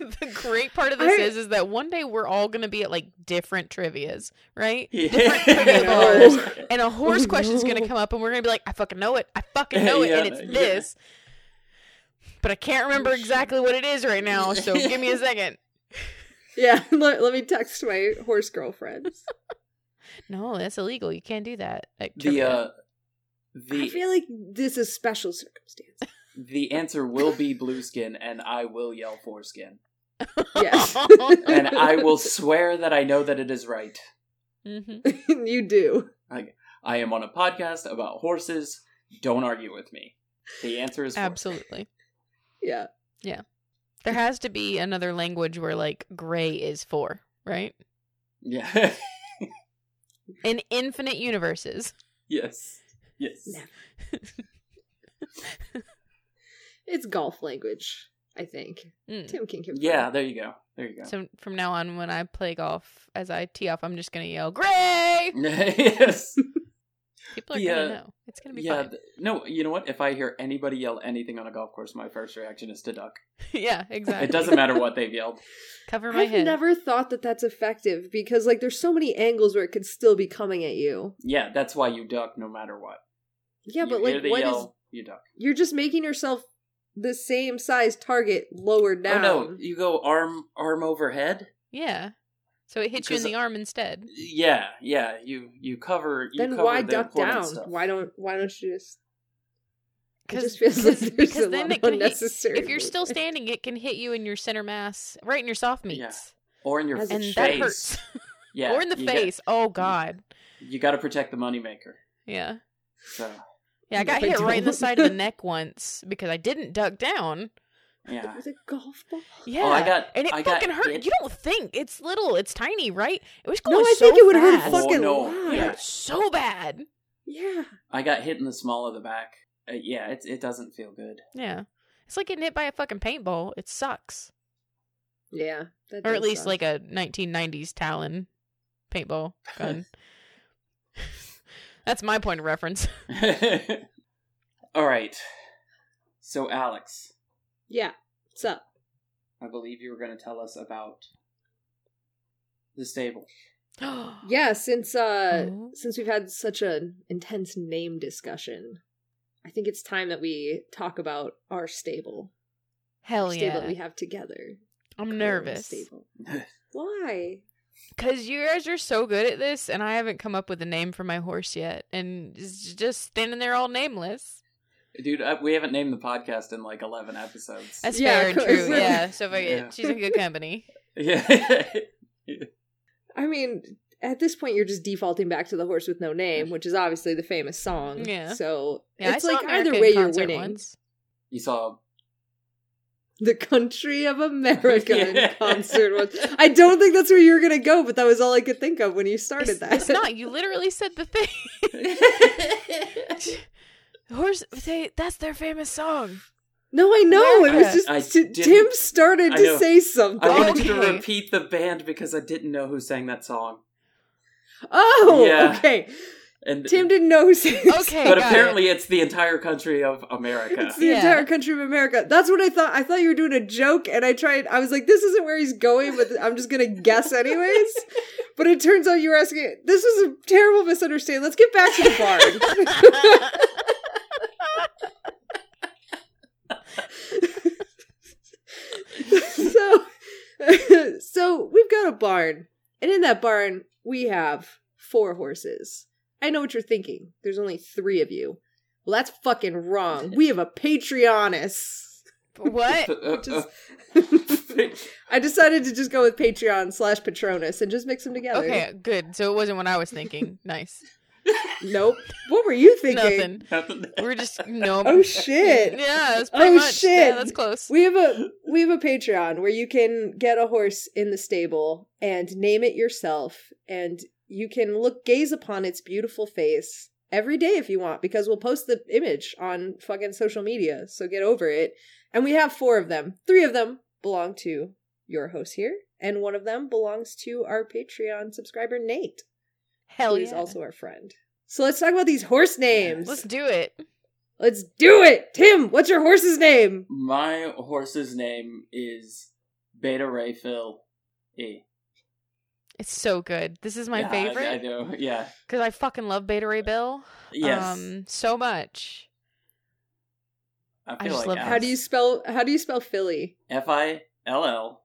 [SPEAKER 2] The great part of this
[SPEAKER 3] I-
[SPEAKER 2] is is that one day we're all gonna be at like different trivias, right?
[SPEAKER 1] Yeah.
[SPEAKER 2] Different trivia
[SPEAKER 3] No.
[SPEAKER 2] bars. And a horse
[SPEAKER 1] <laughs>
[SPEAKER 3] Oh,
[SPEAKER 2] question's
[SPEAKER 3] no.
[SPEAKER 2] gonna come up and we're gonna be like, I fucking know it. I fucking know it, and
[SPEAKER 1] Yeah,
[SPEAKER 2] it's
[SPEAKER 1] yeah.
[SPEAKER 2] this. But I can't remember exactly what it is right
[SPEAKER 1] <laughs>
[SPEAKER 2] now, so give me a second.
[SPEAKER 3] <laughs> yeah, let, let me text my horse girlfriends.
[SPEAKER 2] No, that's illegal. You can't do that. Like,
[SPEAKER 1] the uh,
[SPEAKER 3] I
[SPEAKER 1] the
[SPEAKER 3] feel like this is special circumstance.
[SPEAKER 1] the answer will be blue skin, and I will yell foreskin,
[SPEAKER 2] <laughs>
[SPEAKER 3] Yes.
[SPEAKER 1] <laughs> and I will swear that I know that it is right.
[SPEAKER 2] hmm
[SPEAKER 3] <laughs> you do.
[SPEAKER 1] I am on a podcast about horses. Don't argue with me. The answer is foreskin.
[SPEAKER 2] Absolutely.
[SPEAKER 3] Yeah.
[SPEAKER 2] There has to be another language where like gray is for, right?
[SPEAKER 1] <laughs> Yeah.
[SPEAKER 2] In infinite universes.
[SPEAKER 1] yes. Yes.
[SPEAKER 3] It's golf language. I think.
[SPEAKER 2] Mm.
[SPEAKER 3] Tim can confirm.
[SPEAKER 1] Hmm. Yeah, there you go. There you go.
[SPEAKER 2] So from now on, when I play golf, as I tee off, I'm just gonna yell "Gray!"
[SPEAKER 1] <laughs>
[SPEAKER 2] <laughs>
[SPEAKER 1] yes.
[SPEAKER 2] People are
[SPEAKER 1] The,
[SPEAKER 2] gonna
[SPEAKER 1] uh,
[SPEAKER 2] know. It's gonna be
[SPEAKER 1] yeah.
[SPEAKER 2] fine. <laughs>
[SPEAKER 1] th- no, you know what? If I hear anybody yell anything on a golf course, my first reaction is to duck.
[SPEAKER 2] yeah, exactly.
[SPEAKER 1] It doesn't matter what they've yelled.
[SPEAKER 2] cover my
[SPEAKER 3] I've
[SPEAKER 2] head.
[SPEAKER 3] never thought that that's effective because like there's so many angles where it could still be coming at you.
[SPEAKER 1] Yeah, that's why you duck no matter what.
[SPEAKER 3] Yeah,
[SPEAKER 1] You
[SPEAKER 3] but
[SPEAKER 1] hear
[SPEAKER 3] like
[SPEAKER 1] the
[SPEAKER 3] what
[SPEAKER 1] yell,
[SPEAKER 3] is-
[SPEAKER 1] you duck.
[SPEAKER 3] you're just making yourself the same size target lower down.
[SPEAKER 1] Oh no, you go arm arm overhead.
[SPEAKER 2] Yeah. So it hits you in
[SPEAKER 1] Because-
[SPEAKER 2] the arm instead.
[SPEAKER 1] Yeah, yeah. You you cover. You
[SPEAKER 3] then
[SPEAKER 1] cover
[SPEAKER 3] why
[SPEAKER 1] the
[SPEAKER 3] duck
[SPEAKER 1] important
[SPEAKER 3] down?
[SPEAKER 1] stuff.
[SPEAKER 3] Why don't why don't you just
[SPEAKER 2] Cause,
[SPEAKER 3] just feels like
[SPEAKER 2] because-
[SPEAKER 3] there's
[SPEAKER 2] because
[SPEAKER 3] a
[SPEAKER 2] then
[SPEAKER 3] lot
[SPEAKER 2] it
[SPEAKER 3] of
[SPEAKER 2] can hit-
[SPEAKER 3] unnecessary
[SPEAKER 2] if
[SPEAKER 3] <laughs>
[SPEAKER 2] you're still
[SPEAKER 3] movement.
[SPEAKER 2] standing, it can hit you in your center mass, right in your soft meats,
[SPEAKER 1] Yeah. Or in your
[SPEAKER 3] As
[SPEAKER 1] face.
[SPEAKER 3] it
[SPEAKER 2] and that hurts.
[SPEAKER 1] <laughs> Yeah,
[SPEAKER 2] or in the
[SPEAKER 1] you
[SPEAKER 2] face. oh God.
[SPEAKER 1] Got, you got to protect the moneymaker.
[SPEAKER 2] Yeah.
[SPEAKER 1] So
[SPEAKER 2] Yeah, I got
[SPEAKER 3] No, I
[SPEAKER 2] hit right in the
[SPEAKER 3] don't.
[SPEAKER 2] side of the neck once because I didn't
[SPEAKER 3] <gasps>
[SPEAKER 2] duck down.
[SPEAKER 1] yeah,
[SPEAKER 3] with a golf ball?
[SPEAKER 2] Yeah,
[SPEAKER 1] I got-
[SPEAKER 2] and it
[SPEAKER 1] I got
[SPEAKER 2] fucking hurt.
[SPEAKER 1] hit.
[SPEAKER 2] You don't think it's little, it's tiny, right? It was going
[SPEAKER 3] No, I
[SPEAKER 2] so
[SPEAKER 3] think it would hurt
[SPEAKER 2] fast.
[SPEAKER 3] a fucking
[SPEAKER 1] Oh, no.
[SPEAKER 3] lot.
[SPEAKER 1] Yeah.
[SPEAKER 2] so bad.
[SPEAKER 3] yeah.
[SPEAKER 1] I got hit in the small of the back. Uh, yeah, it it doesn't feel good. <laughs>
[SPEAKER 2] Yeah, it's like getting hit by a fucking paintball. It sucks,
[SPEAKER 3] Yeah. that
[SPEAKER 2] or at
[SPEAKER 3] does
[SPEAKER 2] least
[SPEAKER 3] suck.
[SPEAKER 2] like a 1990s Talon
[SPEAKER 3] <laughs>
[SPEAKER 2] paintball gun. <laughs> That's my point of reference. <gasps>
[SPEAKER 1] All right. So Alex,
[SPEAKER 3] Yeah. What's up?
[SPEAKER 1] I believe you were going to tell us about the stable.
[SPEAKER 2] yeah.
[SPEAKER 3] <gasps> Yeah, since uh
[SPEAKER 2] Oh.
[SPEAKER 3] since we've had such an intense name discussion, I think it's time that we talk about our stable.
[SPEAKER 2] Hell
[SPEAKER 3] our stable
[SPEAKER 2] yeah.
[SPEAKER 3] that we have together.
[SPEAKER 2] I'm
[SPEAKER 3] Call it a
[SPEAKER 1] <laughs>
[SPEAKER 2] nervous.
[SPEAKER 3] Stable. Why?
[SPEAKER 2] Because you guys are so good at this, and I haven't come up with a name for my horse yet. And it's just standing there all nameless.
[SPEAKER 1] Dude, I, we haven't named the podcast in like 11 episodes.
[SPEAKER 2] That's
[SPEAKER 3] Yeah,
[SPEAKER 2] fair and
[SPEAKER 3] of
[SPEAKER 2] true.
[SPEAKER 3] course. <laughs>
[SPEAKER 2] Yeah. So if I,
[SPEAKER 1] Yeah.
[SPEAKER 2] she's in good company.
[SPEAKER 1] <laughs> yeah. <laughs>
[SPEAKER 3] I mean, at this point, you're just defaulting back to the horse with no name, which is obviously the famous song.
[SPEAKER 2] Yeah.
[SPEAKER 3] So
[SPEAKER 2] Yeah,
[SPEAKER 3] it's
[SPEAKER 2] I saw
[SPEAKER 3] like
[SPEAKER 2] America
[SPEAKER 3] either
[SPEAKER 2] in
[SPEAKER 3] way, you're
[SPEAKER 2] concert
[SPEAKER 3] winning. <laughs>
[SPEAKER 2] once.
[SPEAKER 1] you
[SPEAKER 2] <laughs>
[SPEAKER 1] saw
[SPEAKER 3] The country of America
[SPEAKER 1] <laughs> Yeah.
[SPEAKER 3] in concert. Was, I don't think that's where you were gonna go, but that was all I could think of when you started
[SPEAKER 2] It's,
[SPEAKER 3] that.
[SPEAKER 2] it's not. You literally said the thing. Horse, they, that's their
[SPEAKER 3] <laughs>
[SPEAKER 2] famous song.
[SPEAKER 3] <laughs> No, I know. It was
[SPEAKER 2] I-
[SPEAKER 3] just
[SPEAKER 1] I
[SPEAKER 3] T-
[SPEAKER 1] didn't-
[SPEAKER 3] Tim started
[SPEAKER 1] I
[SPEAKER 3] to
[SPEAKER 1] know.
[SPEAKER 3] say something.
[SPEAKER 1] I wanted you to
[SPEAKER 2] Okay.
[SPEAKER 1] repeat the band because I didn't know who sang that song.
[SPEAKER 3] <laughs> oh,
[SPEAKER 1] Yeah.
[SPEAKER 3] okay.
[SPEAKER 1] And
[SPEAKER 3] Tim didn't know who sang this.
[SPEAKER 2] Okay,
[SPEAKER 1] but
[SPEAKER 2] got it.
[SPEAKER 1] apparently it's the entire country of America. <laughs>
[SPEAKER 3] It's the
[SPEAKER 2] Yeah.
[SPEAKER 3] entire country of America. That's what I thought. I thought you were doing a joke, and I tried. I was like, "This isn't where he's going," but I'm just gonna guess anyways. But it turns out you were asking. This was a terrible misunderstanding. Let's get back to the barn.
[SPEAKER 2] <laughs>
[SPEAKER 3] <laughs> so, <laughs> so we've got a barn, and in that barn we have four horses. I know what you're thinking. There's only three of you. Well, that's fucking wrong. We have a Patreonist.
[SPEAKER 2] <laughs> what?
[SPEAKER 1] Uh, uh,
[SPEAKER 3] I decided to just go with Patreon slash Patronus and just mix them together.
[SPEAKER 2] Okay, good. So it wasn't what I
[SPEAKER 3] <laughs>
[SPEAKER 2] was thinking. Nice.
[SPEAKER 3] Nope. What were you thinking?
[SPEAKER 2] Nothing.
[SPEAKER 1] nothing.
[SPEAKER 3] <laughs>
[SPEAKER 2] We're just no.
[SPEAKER 3] Oh shit.
[SPEAKER 2] <laughs> Yeah, that's pretty
[SPEAKER 3] Oh,
[SPEAKER 2] much. Yeah,
[SPEAKER 3] shit.
[SPEAKER 2] that's close.
[SPEAKER 3] We have a we have a Patreon where you can get a horse in the stable and name it yourself and you can look gaze upon its beautiful face every day if you want because we'll post the image on fucking social media. So get over it. And we have four of them. Three of them belong to your host here and one of them belongs to our Patreon subscriber Nate.
[SPEAKER 2] Hell
[SPEAKER 3] who is
[SPEAKER 2] Oh, yeah.
[SPEAKER 3] also our friend. So let's talk about these horse names.
[SPEAKER 2] Let's
[SPEAKER 3] Let's,
[SPEAKER 2] do it.
[SPEAKER 3] do it. Tim, what's your horse's name?
[SPEAKER 1] <laughs> My horse's name is Beta Ray Phil E.
[SPEAKER 2] It's so good. This is my
[SPEAKER 1] Yeah, I- I,
[SPEAKER 2] favorite
[SPEAKER 1] know. Yeah.
[SPEAKER 2] because I, fucking love Beta Ray Bill.
[SPEAKER 1] Yes.
[SPEAKER 2] Um, so much.
[SPEAKER 1] I feel
[SPEAKER 2] just
[SPEAKER 1] like
[SPEAKER 2] love-
[SPEAKER 1] Alex-
[SPEAKER 3] How do you spell how do you spell Philly?
[SPEAKER 1] F I L L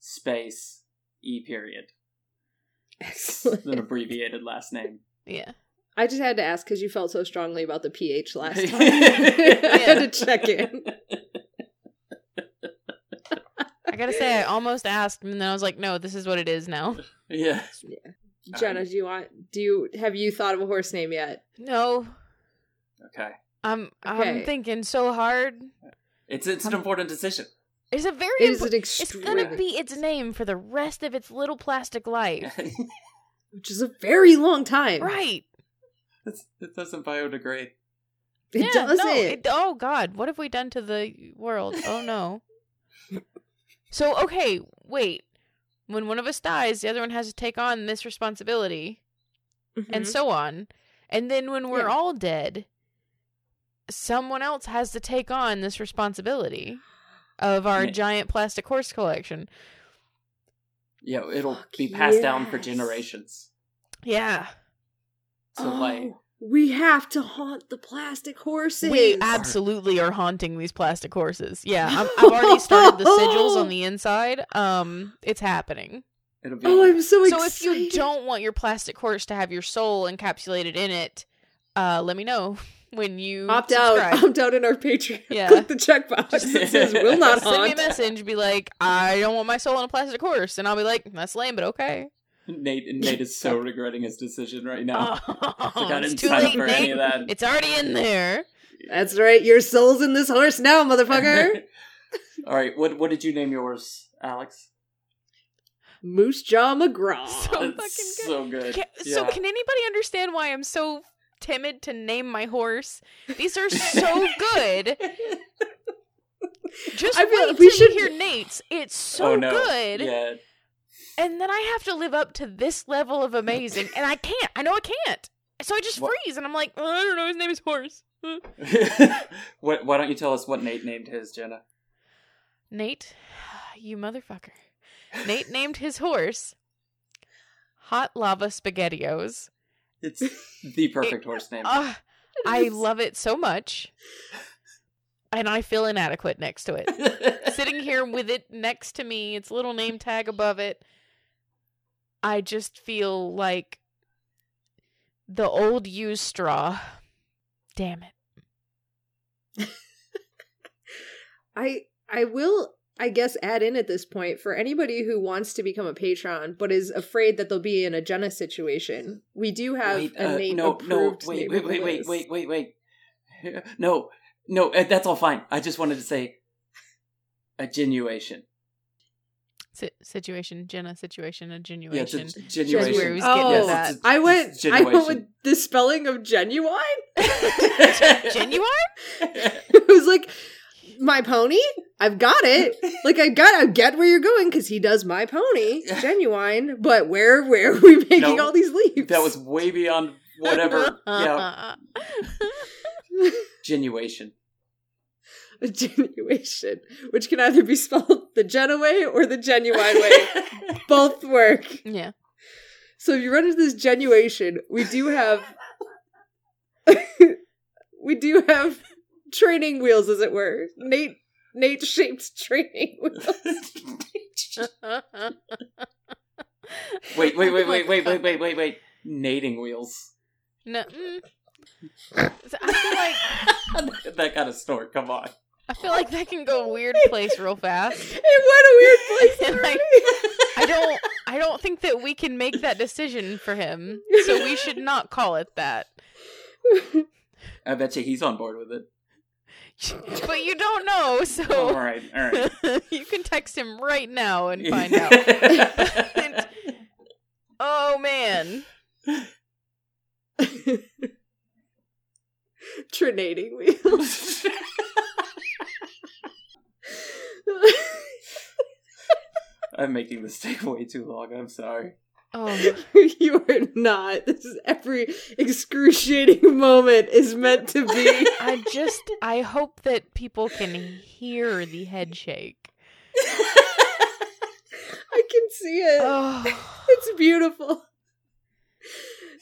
[SPEAKER 1] space E period. It's an
[SPEAKER 3] <laughs> Excellent.
[SPEAKER 1] abbreviated last name.
[SPEAKER 2] Yeah.
[SPEAKER 3] I just had to ask because you felt so strongly about the PH last
[SPEAKER 1] <laughs>
[SPEAKER 3] time. <laughs> I had to check in.
[SPEAKER 2] I
[SPEAKER 3] <laughs>
[SPEAKER 2] gotta say, I almost asked, and then I was like, "No, this is what it is now."
[SPEAKER 1] Yeah.
[SPEAKER 3] Jenna, do you want do you have you thought of a horse name yet?
[SPEAKER 2] No,
[SPEAKER 1] Okay.
[SPEAKER 2] I'm I'm
[SPEAKER 3] Okay.
[SPEAKER 2] thinking so hard.
[SPEAKER 1] It's it's an important decision. <laughs>
[SPEAKER 2] It's a very
[SPEAKER 3] It is
[SPEAKER 2] impor-
[SPEAKER 3] an
[SPEAKER 2] it's
[SPEAKER 3] extreme
[SPEAKER 2] gonna be its name for the rest of its little
[SPEAKER 3] <laughs>
[SPEAKER 2] plastic life,
[SPEAKER 1] it's,
[SPEAKER 3] which is a very long time.
[SPEAKER 2] right?
[SPEAKER 1] it doesn't biodegrade.
[SPEAKER 3] It doesn't.
[SPEAKER 2] No, it- oh God, what have we done to the world? Oh no. so okay, wait. When one of us dies, the other one has to take on this responsibility,
[SPEAKER 3] Mm-hmm.
[SPEAKER 2] and so on. And then when we're
[SPEAKER 3] Yeah.
[SPEAKER 2] all dead, someone else has to take on this responsibility of our
[SPEAKER 1] Yeah.
[SPEAKER 2] giant plastic horse collection.
[SPEAKER 1] Yeah, it'll
[SPEAKER 3] Fuck
[SPEAKER 1] be passed down for
[SPEAKER 3] yes.
[SPEAKER 1] generations.
[SPEAKER 2] Yeah,
[SPEAKER 1] So like
[SPEAKER 3] Oh, we have to haunt the plastic horses.
[SPEAKER 2] we absolutely are haunting these plastic horses. Yeah, I'm, I've already started the sigils on the inside. Um, it's happening.
[SPEAKER 1] it'll be
[SPEAKER 3] oh, I'm so,
[SPEAKER 2] so
[SPEAKER 3] excited.
[SPEAKER 2] if you don't want your plastic horse to have your soul encapsulated in it, uh, let me know <laughs> when you
[SPEAKER 3] opt
[SPEAKER 2] subscribe.
[SPEAKER 3] out, opt out in our Patreon. <laughs>
[SPEAKER 2] Yeah.
[SPEAKER 3] Click the checkbox
[SPEAKER 2] <laughs>
[SPEAKER 3] that says will not
[SPEAKER 2] Send me a
[SPEAKER 3] haunt.
[SPEAKER 2] message, be like, I don't want my soul on a plastic horse, and I'll be like, that's lame, but okay.
[SPEAKER 1] <laughs> Nate Nate is so regretting his decision right now.
[SPEAKER 2] Oh.
[SPEAKER 1] It's like, I
[SPEAKER 2] it's
[SPEAKER 1] didn't
[SPEAKER 2] too
[SPEAKER 1] sign
[SPEAKER 2] late,
[SPEAKER 1] up for any
[SPEAKER 2] Nate.
[SPEAKER 1] of that.
[SPEAKER 2] <laughs> It's already in there.
[SPEAKER 3] That's right. Your soul's in this horse now,
[SPEAKER 2] <laughs>
[SPEAKER 3] motherfucker.
[SPEAKER 1] <laughs> All right, what what did you name yours, Alex?
[SPEAKER 3] Moose Jaw McGraw.
[SPEAKER 2] So fucking good.
[SPEAKER 1] It's so good.
[SPEAKER 2] Ca- So
[SPEAKER 1] Yeah. Oh,
[SPEAKER 2] can anybody understand why I'm so timid to name my horse? These are so <laughs> good. Just
[SPEAKER 3] I feel-
[SPEAKER 2] wait
[SPEAKER 3] we
[SPEAKER 2] till
[SPEAKER 3] should-
[SPEAKER 2] you hear Nate's. It's so
[SPEAKER 1] oh no.
[SPEAKER 2] good.
[SPEAKER 1] Yeah. <laughs>
[SPEAKER 2] And then I have to live up to this level of amazing, and I can't. I know I can't. So I just
[SPEAKER 1] What-
[SPEAKER 2] freeze, and I'm like, "Oh, I don't know. His name is Horse. <sighs> Uh,
[SPEAKER 1] what, why don't you tell us what Nate named his, Jenna?
[SPEAKER 2] Nate, <sighs> you motherfucker. Nate named his horse Hot Lava Spaghettios.
[SPEAKER 3] <laughs>
[SPEAKER 1] It's the perfect horse name.
[SPEAKER 2] Ugh, I love it so much, and I feel inadequate next to it.
[SPEAKER 3] uh,
[SPEAKER 1] <laughs>
[SPEAKER 2] Sitting here with it next to me, its little name tag above it. I just feel like the old used straw. Damn it.
[SPEAKER 3] I I will I guess add in at this point for anybody who wants to become a patron but is afraid that they'll be in a Jenna situation. We do have
[SPEAKER 1] Wait,
[SPEAKER 3] a
[SPEAKER 1] uh,
[SPEAKER 3] name
[SPEAKER 1] no, no,
[SPEAKER 3] approved name
[SPEAKER 1] wait, wait,
[SPEAKER 3] on
[SPEAKER 1] wait,
[SPEAKER 3] the
[SPEAKER 1] wait,
[SPEAKER 3] list.
[SPEAKER 1] wait, wait, wait. <laughs> No, no, uh, that's all fine. I just wanted to say a genuation.
[SPEAKER 2] Si- situation, Jenna situation, a
[SPEAKER 1] Yeah, it's a
[SPEAKER 2] <laughs> genuation. where
[SPEAKER 1] genuation.
[SPEAKER 2] he was getting
[SPEAKER 3] Oh,
[SPEAKER 2] at that.
[SPEAKER 3] I went
[SPEAKER 1] It's a
[SPEAKER 3] I went with
[SPEAKER 1] genuation.
[SPEAKER 3] the spelling of genuine.
[SPEAKER 1] <laughs>
[SPEAKER 3] <laughs>
[SPEAKER 2] Genuine?
[SPEAKER 3] it was like my pony. I've got it. Like I got I get where you're going cuz he does my pony.
[SPEAKER 1] <laughs>
[SPEAKER 3] Genuine, but where where are we making
[SPEAKER 1] No,
[SPEAKER 3] all these leaps?
[SPEAKER 1] <laughs> that
[SPEAKER 3] <laughs>
[SPEAKER 1] was way beyond whatever. yeah, genuation.
[SPEAKER 3] a genuation, which can either be spelled <laughs> the Jenna way or the genuine
[SPEAKER 1] <laughs>
[SPEAKER 3] way. Both work.
[SPEAKER 2] yeah.
[SPEAKER 3] So if you run into this genuation, we do have <laughs> we do have training wheels, as it were. Nate Nate shaped training wheels.
[SPEAKER 1] <laughs> wait, wait, wait, wait, wait, wait, wait, wait, wait. Nating wheels. <laughs>
[SPEAKER 2] No, mm. So I feel like
[SPEAKER 1] that got a snort. Come on.
[SPEAKER 2] I feel like that can go a weird place real fast.
[SPEAKER 3] It went a weird place.
[SPEAKER 1] <laughs>
[SPEAKER 2] And, like,
[SPEAKER 3] already.
[SPEAKER 2] I don't I don't think that we can make that decision for him. So we should not call it that. <laughs>
[SPEAKER 1] I bet you he's on board with it.
[SPEAKER 2] But you don't know,
[SPEAKER 1] All
[SPEAKER 2] so
[SPEAKER 1] right, all right.
[SPEAKER 2] <laughs> you can text him right
[SPEAKER 1] <laughs>
[SPEAKER 2] now and find out. <laughs> And- oh man.
[SPEAKER 3] Trinating wheels. <laughs>
[SPEAKER 1] I'm making this take way too long. I'm sorry.
[SPEAKER 2] <laughs>
[SPEAKER 1] <laughs>
[SPEAKER 2] Oh
[SPEAKER 3] you are not. This is every excruciating moment is meant to be.
[SPEAKER 2] I just I hope that people can hear the head shake.
[SPEAKER 3] I can see it.
[SPEAKER 2] Oh.
[SPEAKER 3] It's beautiful.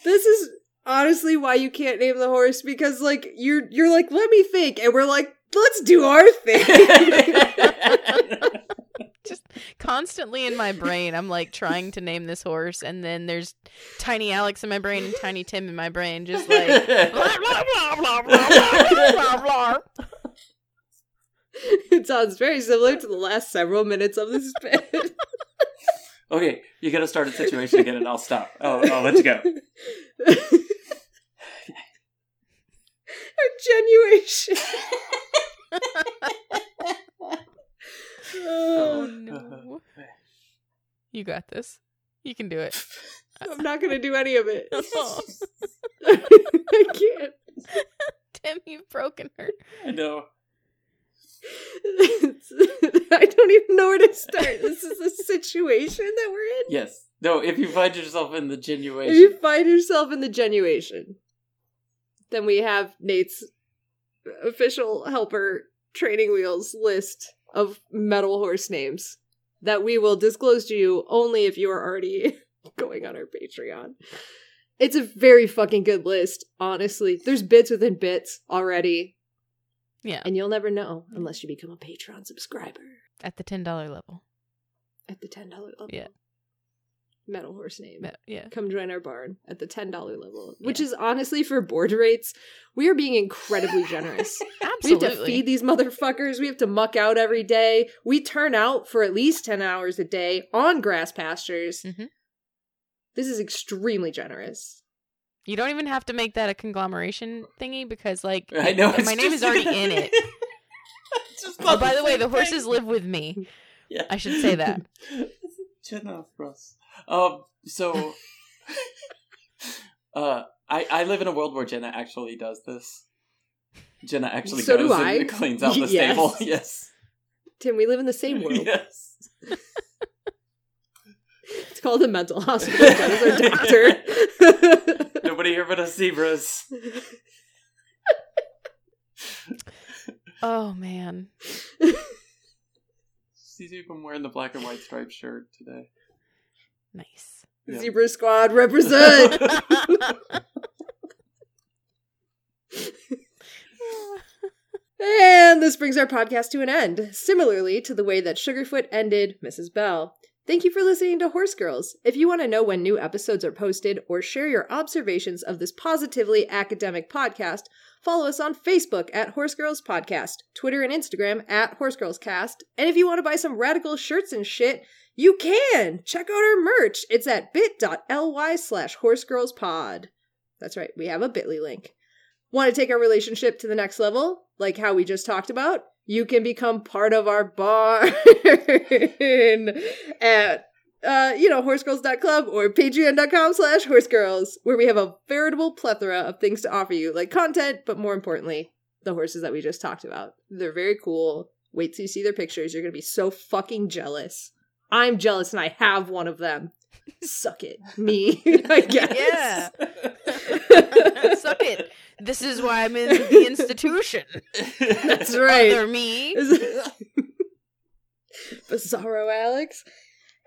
[SPEAKER 3] This is honestly why you can't name the horse because like you're you're like let me think and we're like let's do our
[SPEAKER 1] <laughs>
[SPEAKER 3] thing.
[SPEAKER 2] <sighs>
[SPEAKER 3] <laughs>
[SPEAKER 2] just constantly in my brain i'm like trying to name this horse and then there's tiny alex in my brain and tiny tim in my brain
[SPEAKER 1] <laughs>
[SPEAKER 2] just like <laughs> blah blah blah blah blah blah blah blah
[SPEAKER 3] it sounds very similar to the last several minutes of this bit.
[SPEAKER 1] okay, you gotta start a situation again, and I'll stop. Oh, I'll let you go.
[SPEAKER 3] <laughs> Our genuation. <laughs>
[SPEAKER 2] <laughs> oh
[SPEAKER 3] Oh,
[SPEAKER 2] no you got this you can do it <laughs>
[SPEAKER 3] <laughs> I'm not gonna do any of it.
[SPEAKER 2] Oh,
[SPEAKER 3] I can't.
[SPEAKER 2] Tim, you've broken her.
[SPEAKER 1] I know.
[SPEAKER 3] <laughs> I don't even know where to start. This is the situation that we're in.
[SPEAKER 1] Yes. No, if you find yourself in the
[SPEAKER 3] If you
[SPEAKER 1] genuation.
[SPEAKER 3] find yourself in the genuation, then we have Nate's official helper training wheels list of metal horse names that we will disclose to you only if you are already <laughs> going on our Patreon. It's a very fucking good list, honestly. There's bits within bits already,
[SPEAKER 2] Yeah,
[SPEAKER 3] and you'll never know unless you become a Patreon subscriber
[SPEAKER 2] at the ten dollar level.
[SPEAKER 3] at the $10 level.
[SPEAKER 2] Yeah.
[SPEAKER 3] Metal horse name.
[SPEAKER 2] But, yeah,
[SPEAKER 3] come join our barn at the $10 level, which is honestly for board rates, we are being incredibly generous. we have
[SPEAKER 2] absolutely.
[SPEAKER 3] to feed these motherfuckers. We have to muck out every day. We turn out for at least 10 hours a day on grass pastures.
[SPEAKER 2] Mhm.
[SPEAKER 3] This is extremely generous.
[SPEAKER 2] You don't even have to make that a conglomeration thingy because, like,
[SPEAKER 1] I know.
[SPEAKER 2] My
[SPEAKER 1] it's
[SPEAKER 2] name is
[SPEAKER 1] just-
[SPEAKER 2] already in it.
[SPEAKER 1] It's <laughs> just
[SPEAKER 2] oh,
[SPEAKER 1] not
[SPEAKER 2] by the way,
[SPEAKER 1] <laughs>
[SPEAKER 2] the
[SPEAKER 1] same
[SPEAKER 2] horses
[SPEAKER 1] thing.
[SPEAKER 2] live with me.
[SPEAKER 1] Yeah.
[SPEAKER 2] I should
[SPEAKER 3] <laughs>
[SPEAKER 2] say that.
[SPEAKER 1] <laughs> Chin up, Russ. Um, so, uh, I I live in a world where Jenna actually does this. Jenna actually
[SPEAKER 3] So do
[SPEAKER 1] goes
[SPEAKER 3] I.
[SPEAKER 1] and cleans out the
[SPEAKER 3] <laughs> Yes.
[SPEAKER 1] stable. <laughs> Yes.
[SPEAKER 3] Tim, we live in the
[SPEAKER 1] <laughs>
[SPEAKER 3] same world.
[SPEAKER 1] Yes.
[SPEAKER 3] <laughs> It's called a mental hospital. Jen is our doctor.
[SPEAKER 1] Nobody here but us zebras.
[SPEAKER 2] Oh man,
[SPEAKER 1] She's even wearing the black and white striped shirt today.
[SPEAKER 2] nice.
[SPEAKER 1] Yeah.
[SPEAKER 3] <laughs> Zebra Squad
[SPEAKER 1] <laughs>
[SPEAKER 3] represent. And this brings our podcast to an end, similarly to the way that Sugarfoot ended Mrs. Bell. Thank you for listening to Horse Girls. If you want to know when new episodes are posted or share your observations of this positively academic podcast, follow us on Facebook at Horse Girls Podcast, Twitter and Instagram at Horse Girls Cast. And if you want to buy some radical shirts and shit, you can! Check out our merch. It's at bit.ly slash horsegirlspod. That's right, we have a bit.ly link. Want to take our relationship to the next level, like how we just talked about? You can become part of our barn <laughs> at, uh, you know, horsegirls.club or patreon.com slash horsegirls, where we have a veritable plethora of things to offer you, like content, but more importantly, the horses that we just talked about. They're very cool. Wait till you see their pictures. You're going to be so fucking jealous. I'm jealous and I have one of them. Suck it. Me, <laughs> I guess.
[SPEAKER 2] Yeah.
[SPEAKER 3] <laughs>
[SPEAKER 2] <laughs> Suck it. This is why I'm in the institution.
[SPEAKER 1] <laughs>
[SPEAKER 3] That's right.
[SPEAKER 2] Other me.
[SPEAKER 3] <laughs> Bizarro Alex.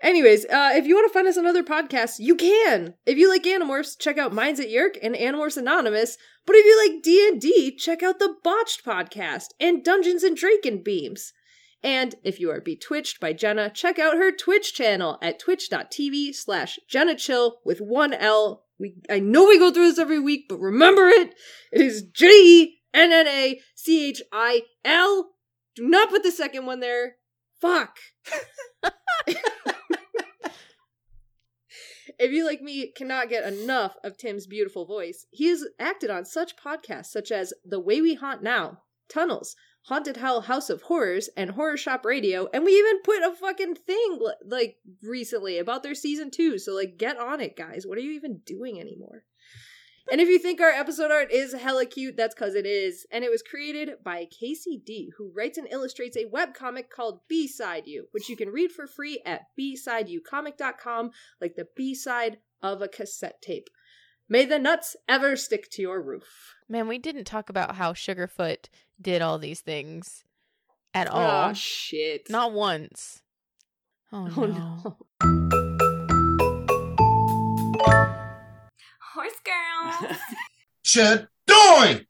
[SPEAKER 3] Anyways, uh, if you want to find us on other podcasts, you can. If you like Animorphs, check out Minds at Yerk and Animorphs Anonymous. But if you like D and D, check out the Botched podcast and Dungeons and Draken Beams. And if you are betwitched by Jenna, check out her Twitch channel at twitch.tv slash Jenna Chill with one L. We I know we go through this every week, but remember it. It is J E N N A C H I L. Do not put the second one there. Fuck. if you, like me, cannot get enough of Tim's beautiful voice, he has acted on such podcasts such as The Way We Haunt Now, Tunnels, Haunted Hell House of Horrors, and Horror Shop Radio. And we even put a fucking thing, li- like, recently about their season two. So, like, get on it, guys. What are you even doing anymore? And if you think our episode art is hella cute, that's because it is. And it was created by Casey D, who writes and illustrates a webcomic called B-Side You, which you can read for free at bsideucomic.com, like the B-side of a cassette tape. May the nuts ever stick to your roof.
[SPEAKER 2] Man, we didn't talk about how Sugarfoot did all these things at all.
[SPEAKER 3] Aw, shit.
[SPEAKER 2] Not once. Oh,
[SPEAKER 3] oh,
[SPEAKER 2] no.
[SPEAKER 3] no.
[SPEAKER 4] <laughs> Horse girl.
[SPEAKER 7] Chad Doy!